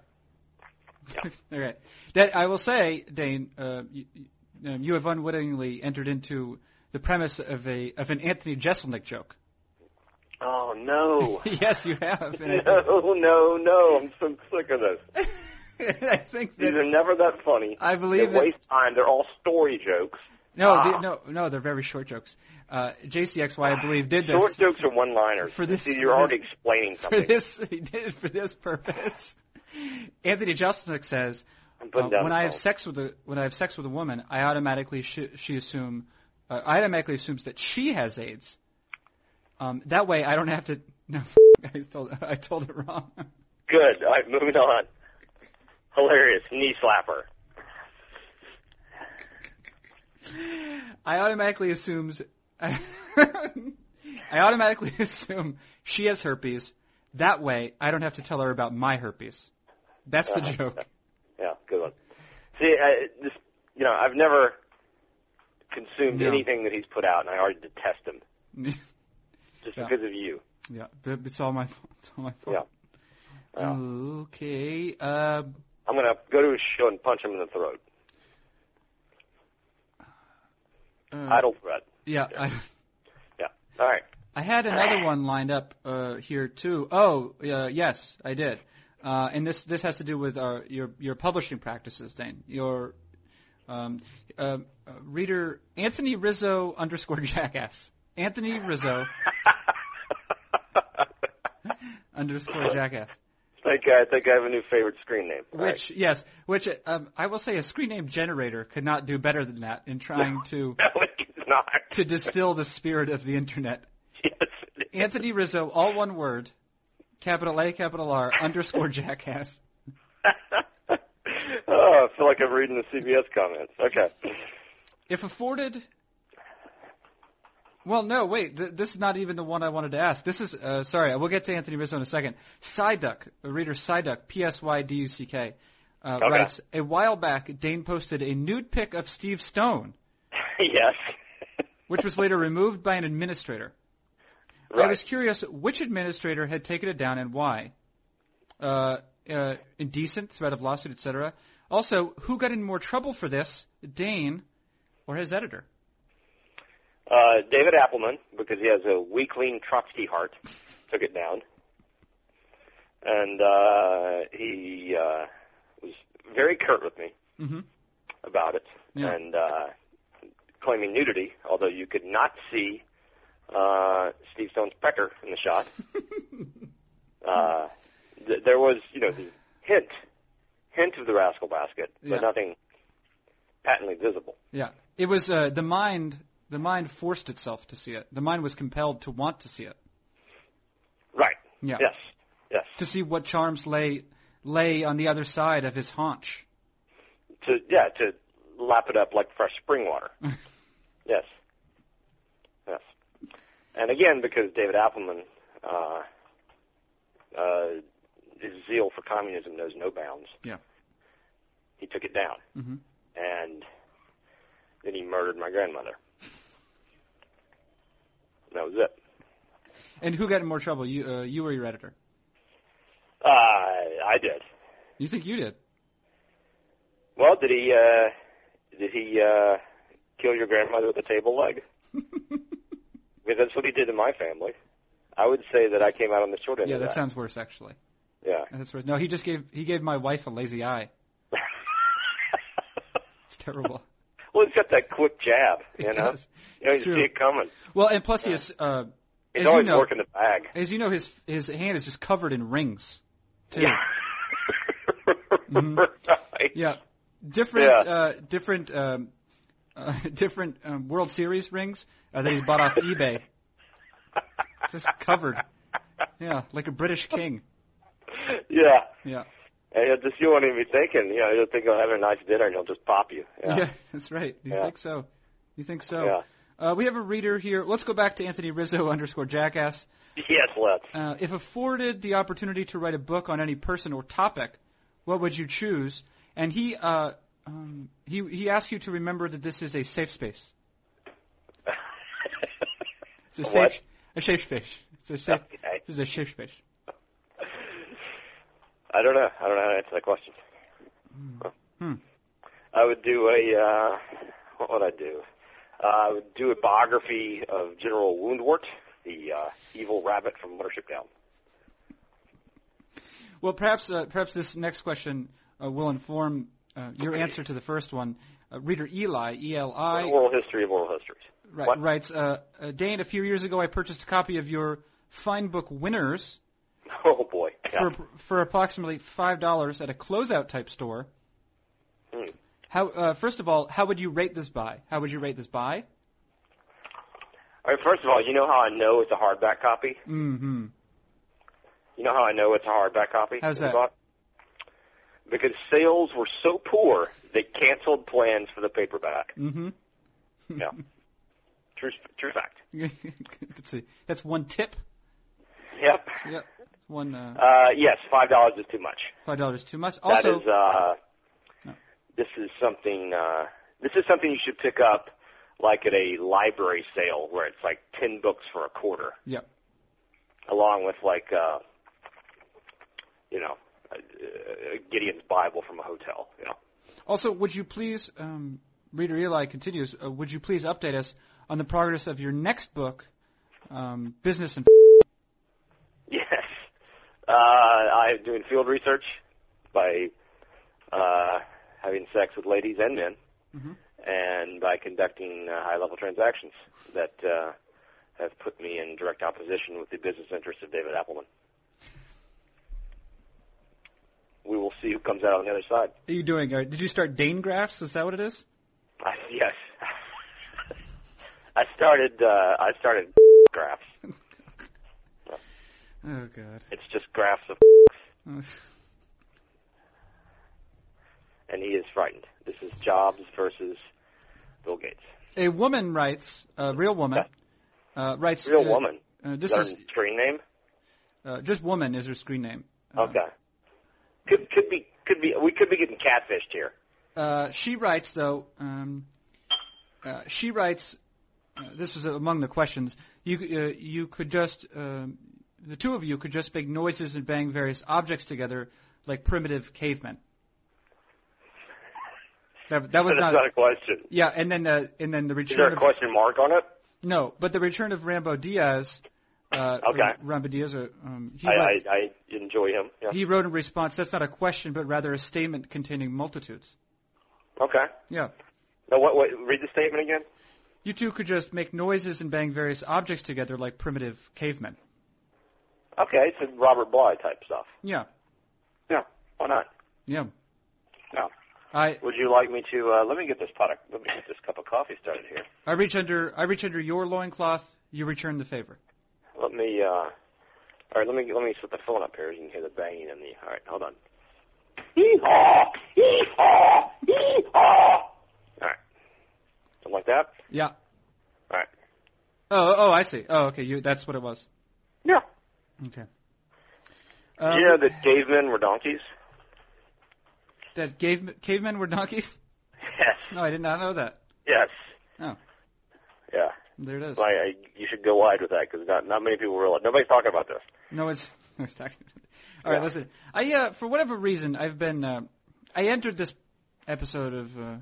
A: All right. That I will say, Dane, uh, you, you- um, you have unwittingly entered into the premise of a of an Anthony Jeselnik joke.
C: Oh no.
A: yes, you have. And I think,
C: no, no, no. I'm so sick of this.
A: and I think
C: These
A: that
C: are never that funny.
A: I
C: They
A: believe that
C: waste time. They're all story jokes.
A: no,
C: Ah.
A: the, no, no, they're very short jokes. Uh, JCXY, I believe, did this.
C: Short jokes are one-liners.
A: For this-
C: See, you're already explaining
A: for
C: something.
A: this he did it for this purpose. Anthony Jeselnik says,
C: I'm
A: uh,
C: putting down
A: when
C: the
A: I have
C: phone.
A: sex with a when I have sex with a woman, I automatically sh- she assume uh, I automatically assumes that she has AIDS. Um, that way, I don't have to. No, I told I told it wrong.
C: Good. All right, moving on. Hilarious knee slapper.
A: I automatically assumes I, automatically assume she has herpes. That way, I don't have to tell her about my herpes. That's the
C: Uh-huh.
A: joke.
C: Yeah, good one. See, I, this, you know, I've never consumed
A: No.
C: anything that he's put out, and I already detest him just
A: Yeah.
C: because of you.
A: yeah, but it's all my fault. It's all my fault.
C: Yeah.
A: Okay. Uh,
C: I'm gonna go to his show and punch him in the throat.
A: uh,
C: Idle threat.
A: yeah, I,
C: All right.
A: I had another one lined up uh, here too. Oh, uh, yes, I did. Uh, and this this has to do with uh, your your publishing practices, Dane. Your Um, uh, uh, reader Anthony Rizzo underscore jackass. Anthony Rizzo underscore jackass.
C: Think I think I have a new favorite screen name. All right.
A: Which yes, which um, I will say a screen name generator could not do better than that in trying to
C: No, it's not.
A: to distill the spirit of the internet.
C: Yes, it is.
A: Anthony Rizzo, all one word, capital A, capital R, underscore jackass.
C: oh, I feel like I'm reading the CBS comments. Okay.
A: If afforded, well, no, wait, th- this is not even the one I wanted to ask. This is uh, sorry, we'll get to Anthony Rizzo in a second. Psyduck, a reader Psyduck, P S Y D U C K, uh,
C: Okay.
A: writes a while back. Dane posted a nude pic of Steve Stone,
C: yes.
A: which was later removed by an administrator. I was
C: Right.
A: curious which administrator had taken it down and why. Uh, uh, indecent, threat of lawsuit, etc. Also, who got in more trouble for this, Dane or his editor?
C: Uh, David Appleman, because he has a weakling Trotsky heart, took it down, and uh, he uh, was very curt with me
A: Mm-hmm.
C: about it,
A: Yeah.
C: and uh, claiming nudity, although you could not see uh, Steve Stone's pecker in the shot. uh, th- there was, you know, the hint, hint of the rascal basket, but
A: Yeah.
C: nothing patently visible.
A: Yeah, it was uh, the mind. The mind forced itself to see it. The mind was compelled to want to see it,
C: Right.
A: Yeah.
C: Yes. Yes.
A: to see what charms lay lay on the other side of his haunch.
C: to yeah to lap it up like fresh spring water. yes, yes. And again, because David Appleman, uh, uh, his zeal for communism knows no bounds.
A: Yeah.
C: He took it down,
A: Mhm.
C: and then he murdered my grandmother. And that was it.
A: And who got in more trouble? You, uh, you or your editor?
C: Uh, I did.
A: You think you did?
C: Well, did he uh, did he uh, kill your grandmother with a table leg? Because that's what he did in my family. I would say that I came out on the short end
A: yeah,
C: of
A: that
C: that.
A: sounds worse actually.
C: yeah.
A: That's worse. No, he just gave he gave my wife a lazy eye. It's terrible.
C: well, he's got that quick jab, you
A: It
C: know.
A: does.
C: You know, you
A: It's true.
C: see it coming.
A: Well, and plus he is. Uh,
C: He's
A: as you
C: always
A: know,
C: working the bag.
A: as you know, his his hand is just covered in rings. Too.
C: Yeah.
A: Mm-hmm.
C: Right.
A: Yeah. Different,
C: Yeah.
A: Uh, different, um, uh, different um, World Series rings uh, that he's bought off eBay. Just covered. Yeah, like a British king.
C: Yeah.
A: Yeah.
C: And you'll just you won't even be thinking. You know, you'll think you'll have a nice dinner and he'll just pop you.
A: Yeah,
C: Yeah.
A: that's right. You
C: Yeah.
A: think so? You think so?
C: Yeah.
A: Uh, we have a reader here. Let's go back to Anthony Rizzo underscore jackass.
C: Yes, let's.
A: Uh, if afforded the opportunity to write a book on any person or topic, what would you choose? And he, uh, um, he, he asks you to remember that this is a safe space. It's a
C: What?
A: safe, a safe space. It's a safe,
C: Okay.
A: This is a safe space.
C: I don't know. I don't know how to answer that question.
A: Hmm.
C: I would do a uh, what would I do? Uh, I would do a biography of General Woundwort, the uh, evil rabbit from Watership Down.
A: Well, perhaps uh, perhaps this next question uh, will inform uh, your answer to the first one. Uh, reader Eli E L I
C: Oral history of oral histories.
A: Right,
C: What?
A: writes, uh, uh, Dane, a few years ago I purchased a copy of your fine book Winners
C: Oh boy. Yeah.
A: for, for approximately $5 at a closeout type store.
C: Hmm.
A: How, uh, first of all, how would you rate this buy? How would you rate this buy?
C: All right. First of all, you know how I know it's a hardback copy.
A: Mm-hmm.
C: You know how I know it's a hardback copy.
A: How's that?
C: Bob? Because sales were so poor they canceled plans for the paperback.
A: Mm-hmm.
C: Yeah. true. True fact.
A: Let's see. That's one tip.
C: Yep.
A: Yep. One, uh,
C: Uh, yes, five dollars is too much.
A: $5 is too much.
C: That is,
A: Also,
C: uh,
A: No.
C: this is something. Uh, this is something you should pick up, like at a library sale where it's like ten books for a quarter,
A: yep.
C: along with like, uh, you know, uh, uh, Gideon's Bible from a hotel. You know,
A: Also, would you please, um, reader Eli continues, uh, would you please update us on the progress of your next book, um, Business and
C: yes, uh, I'm doing field research by uh, having sex with ladies and men. and by conducting uh, high-level transactions that uh, have put me in direct opposition with the business interests of David Appleman. We will see who comes out on the other side.
A: What are you doing? Uh, did you start Dane graphs? Is that what it is?
C: I, yes, I started. Uh, I started graphs.
A: Oh God.
C: It's just graphs of,
A: Ugh.
C: and he is frightened. This is Jobs versus Bill Gates.
A: A woman writes, a real woman, uh, writes.
C: Real
A: uh,
C: woman.
A: Uh,
C: Is
A: this
C: that
A: is
C: her screen name?
A: uh, just woman is her screen name. Uh,
C: Okay. Could could be could be we could be getting catfished here.
A: Uh, she writes though. Um, uh, she writes. Uh, this was among the questions. You c- uh, you could just um, the two of you could just make noises and bang various objects together like primitive cavemen. That, that was
C: That's
A: not.
C: not a question.
A: yeah, and then uh, and then the
C: Is there
A: return
C: a
A: of
C: question mark on it?
A: no, but the return of Rambo Diaz. Uh, or
C: Okay.
A: Rambo Diaz. Or, um, he
C: I,
A: wrote-
C: I, I enjoy him. Yeah.
A: He wrote in response, that's not a question, but rather a statement containing multitudes.
C: Okay.
A: Yeah.
C: Now what, what? Read the statement again.
A: You two could just make noises and bang various objects together like primitive cavemen.
C: Okay, it's a Robert Bly type stuff.
A: Yeah.
C: Yeah. Why not?
A: Yeah.
C: Yeah.
A: I,
C: Would you like me to? Uh, let me get this product. Let me get this cup of coffee started here.
A: I reach under, I reach under your loincloth, you return the favor.
C: Let me. Uh, all right. Let me let me set the phone up here. You can hear the banging in the. All right. Hold on. Yeehaw! Yeehaw! Yeehaw! All right. Something like that.
A: Yeah.
C: All right.
A: Oh, oh, I see. Oh, okay. You, that's what it was.
C: Yeah.
A: Okay. Um,
C: yeah, the cavemen were donkeys.
A: That cave, cavemen were donkeys?
C: Yes.
A: No, I did not know that.
C: Yes.
A: Oh.
C: Yeah.
A: There it is.
C: So I, I, uh, you should go wide with that because not not many people realize. Nobody's talking about this.
A: No, it's I was talking. All right,
C: Yeah.
A: listen. I uh, for whatever reason I've been uh, I entered this episode of uh,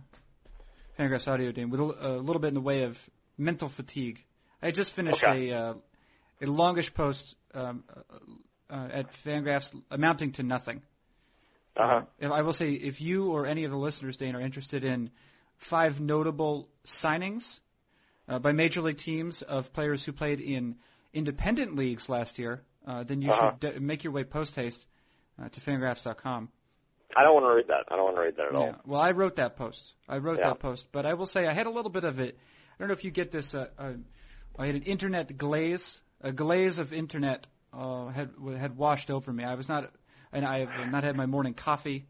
A: Fangraphs Audio Game with a, l- a little bit in the way of mental fatigue. I had just finished
C: Okay.
A: a uh, a longish post um, uh, uh, at Fangraphs amounting to nothing.
C: Uh-huh.
A: If- I will say if you or any of the listeners, Dane, are interested in five notable signings uh, by major league teams of players who played in independent leagues last year, uh, then you
C: Uh-huh.
A: should de- make your way post haste uh, to fangraphs.com.
C: I don't want to read that. I don't want to read that at all.
A: Yeah. Well, I wrote that post. I wrote
C: Yeah.
A: that post, but I will say I had a little bit of it. I don't know if you get this. Uh, uh, I had an internet glaze, a glaze of internet uh, had had washed over me. I was not, and I have not had my morning coffee.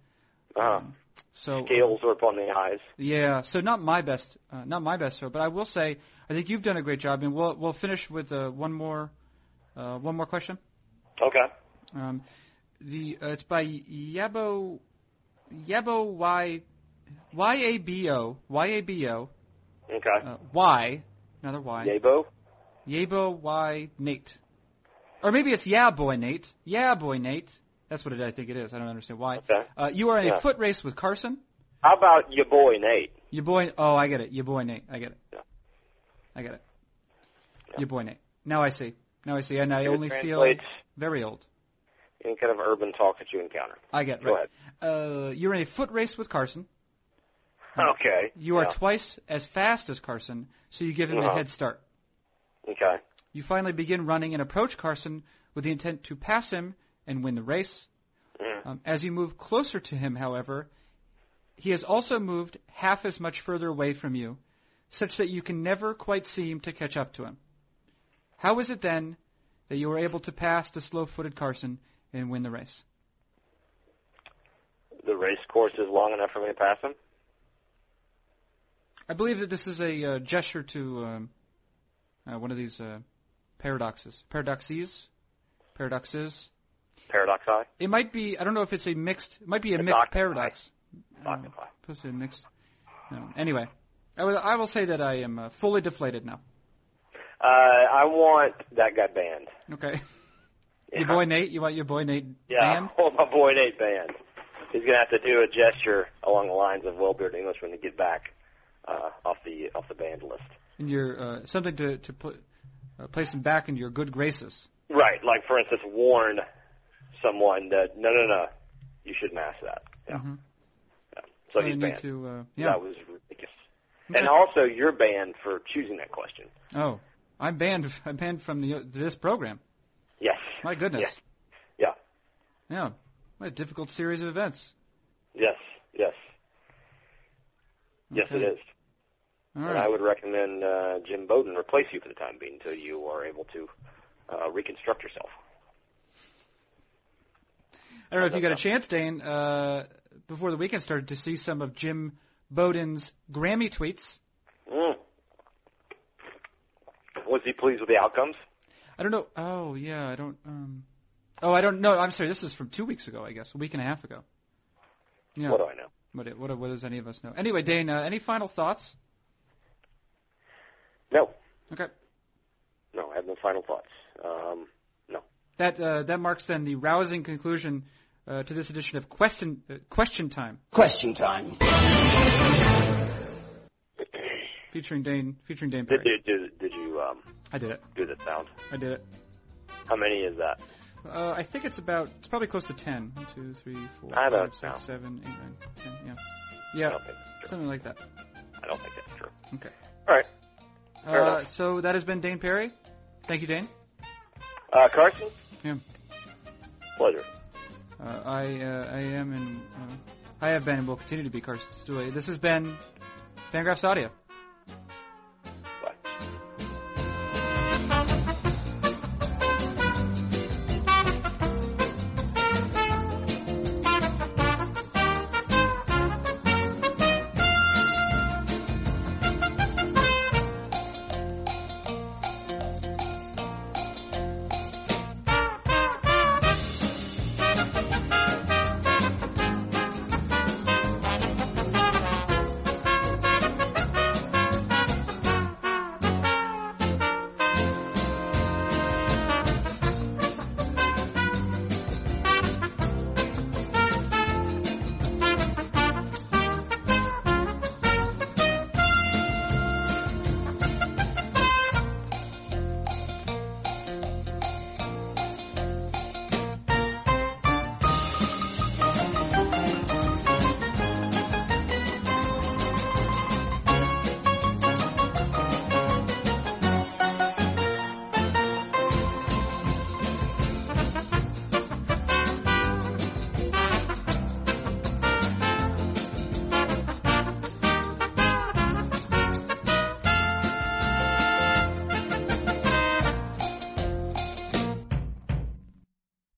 C: Uh-huh.
A: Um, So
C: Scales were upon the eyes.
A: Yeah, so not my best, uh, not my best show, but I will say I think you've done a great job, and we'll we'll finish with uh, one more, uh, one more question.
C: Okay.
A: Um, the uh, it's by Yabo, Yabo Y, Y A B O Y A B O
C: Okay.
A: uh, Y, another Y,
C: Yabo?
A: Yabo Y Nate, or maybe it's Yeah Boy Nate, Yeah Boy Nate. That's what it, I think it is. I don't understand why.
C: Okay.
A: Uh, you are in
C: Yeah.
A: a foot race with Carson.
C: How about your boy Nate?
A: Your boy. Oh, I get it. Your boy Nate. I get it.
C: Yeah.
A: I get it.
C: Yeah.
A: Your boy Nate. Now I see. Now I see. And I
C: It
A: only feel
C: translates
A: very old.
C: any kind of urban talk that you encounter.
A: I get it.
C: Go
A: Right. Uh, you're in a foot race with Carson.
C: Okay.
A: You are
C: Yeah.
A: twice as fast as Carson, so you give him a
C: Uh-huh.
A: head start.
C: Okay.
A: You finally begin running and approach Carson with the intent to pass him and win the race.
C: Mm.
A: Um, as you move closer to him, however, he has also moved half as much further away from you, such that you can never quite seem to catch up to him. How is it then that you are able to pass the slow-footed Carson and win the race?
C: The race course is long enough for me to pass him.
A: I believe that this is a uh, gesture to um, uh, one of these uh, paradoxes, paradoxes, paradoxes.
C: Paradox Eye?
A: It might be. I don't know if it's a mixed. It might be a
C: It's
A: mixed
C: occupied.
A: paradox. Uh,
C: Paradox Eye.
A: Supposed to be mixed. No. Anyway, I will, I will say that I am uh, fully deflated now.
C: Uh, I want that guy banned.
A: Okay.
C: Yeah.
A: Your boy Nate. You want your boy Nate
C: Yeah,
A: banned?
C: hold my boy Nate banned. He's gonna have to do a gesture along the lines of well-bearded Englishman to get back uh, off the off the banned list.
A: And your uh, something to to put uh, place him back in your good graces.
C: Right, like for instance, warn someone that no, no, no, you shouldn't ask that. Yeah,
A: Mhm.
C: yeah. So
A: really
C: he's
A: need
C: banned.
A: to. Uh, yeah.
C: That was ridiculous. And also, you're banned for choosing that question.
A: Oh, I'm banned. I'm banned from the, uh, this program.
C: Yes.
A: My goodness.
C: Yes. Yeah.
A: Yeah. What a difficult series of events.
C: Yes. Yes. Yes, it
A: Okay.
C: is.
A: All
C: And I
A: right.
C: would recommend uh, Jim Bowden replace you for the time being until you are able to uh, reconstruct yourself.
A: I don't know if you got a chance, Dane, uh, before the weekend started to see some of Jim Bowden's Grammy tweets.
C: Mm. Was he pleased with the outcomes?
A: I don't know. Oh, yeah. I don't. Um, oh, I don't know. I'm sorry. This is from two weeks ago, I guess, a week and a half ago. Yeah.
C: What do I know?
A: What, do- what, what does any of us know? Anyway, Dane, uh, any final thoughts?
C: No.
A: Okay.
C: No, I have no final thoughts. Um,
A: That uh, that marks then the rousing conclusion uh, to this edition of Question uh, Question Time,
B: Question time.
A: featuring Dane featuring Dane
C: did,
A: Perry.
C: did, did, did you um,
A: I did it.
C: do the sound?
A: I did it.
C: How many is that?
A: Uh, I think it's about it's probably close to ten. One, two, three, four,
C: I don't
A: five,
C: know.
A: six, seven, eight, nine, ten. Yeah,
C: I
A: yeah,
C: don't think that's true.
A: something like that.
C: I don't think that's true. Fair
A: Uh,
C: enough.
A: so that has been Dane Perry. Thank you, Dane.
C: Uh, Carson?
A: Yeah.
C: Pleasure.
A: Uh, I uh, I am and uh, I have been and will continue to be Carson Stooley. This has been Fangraphs Audio.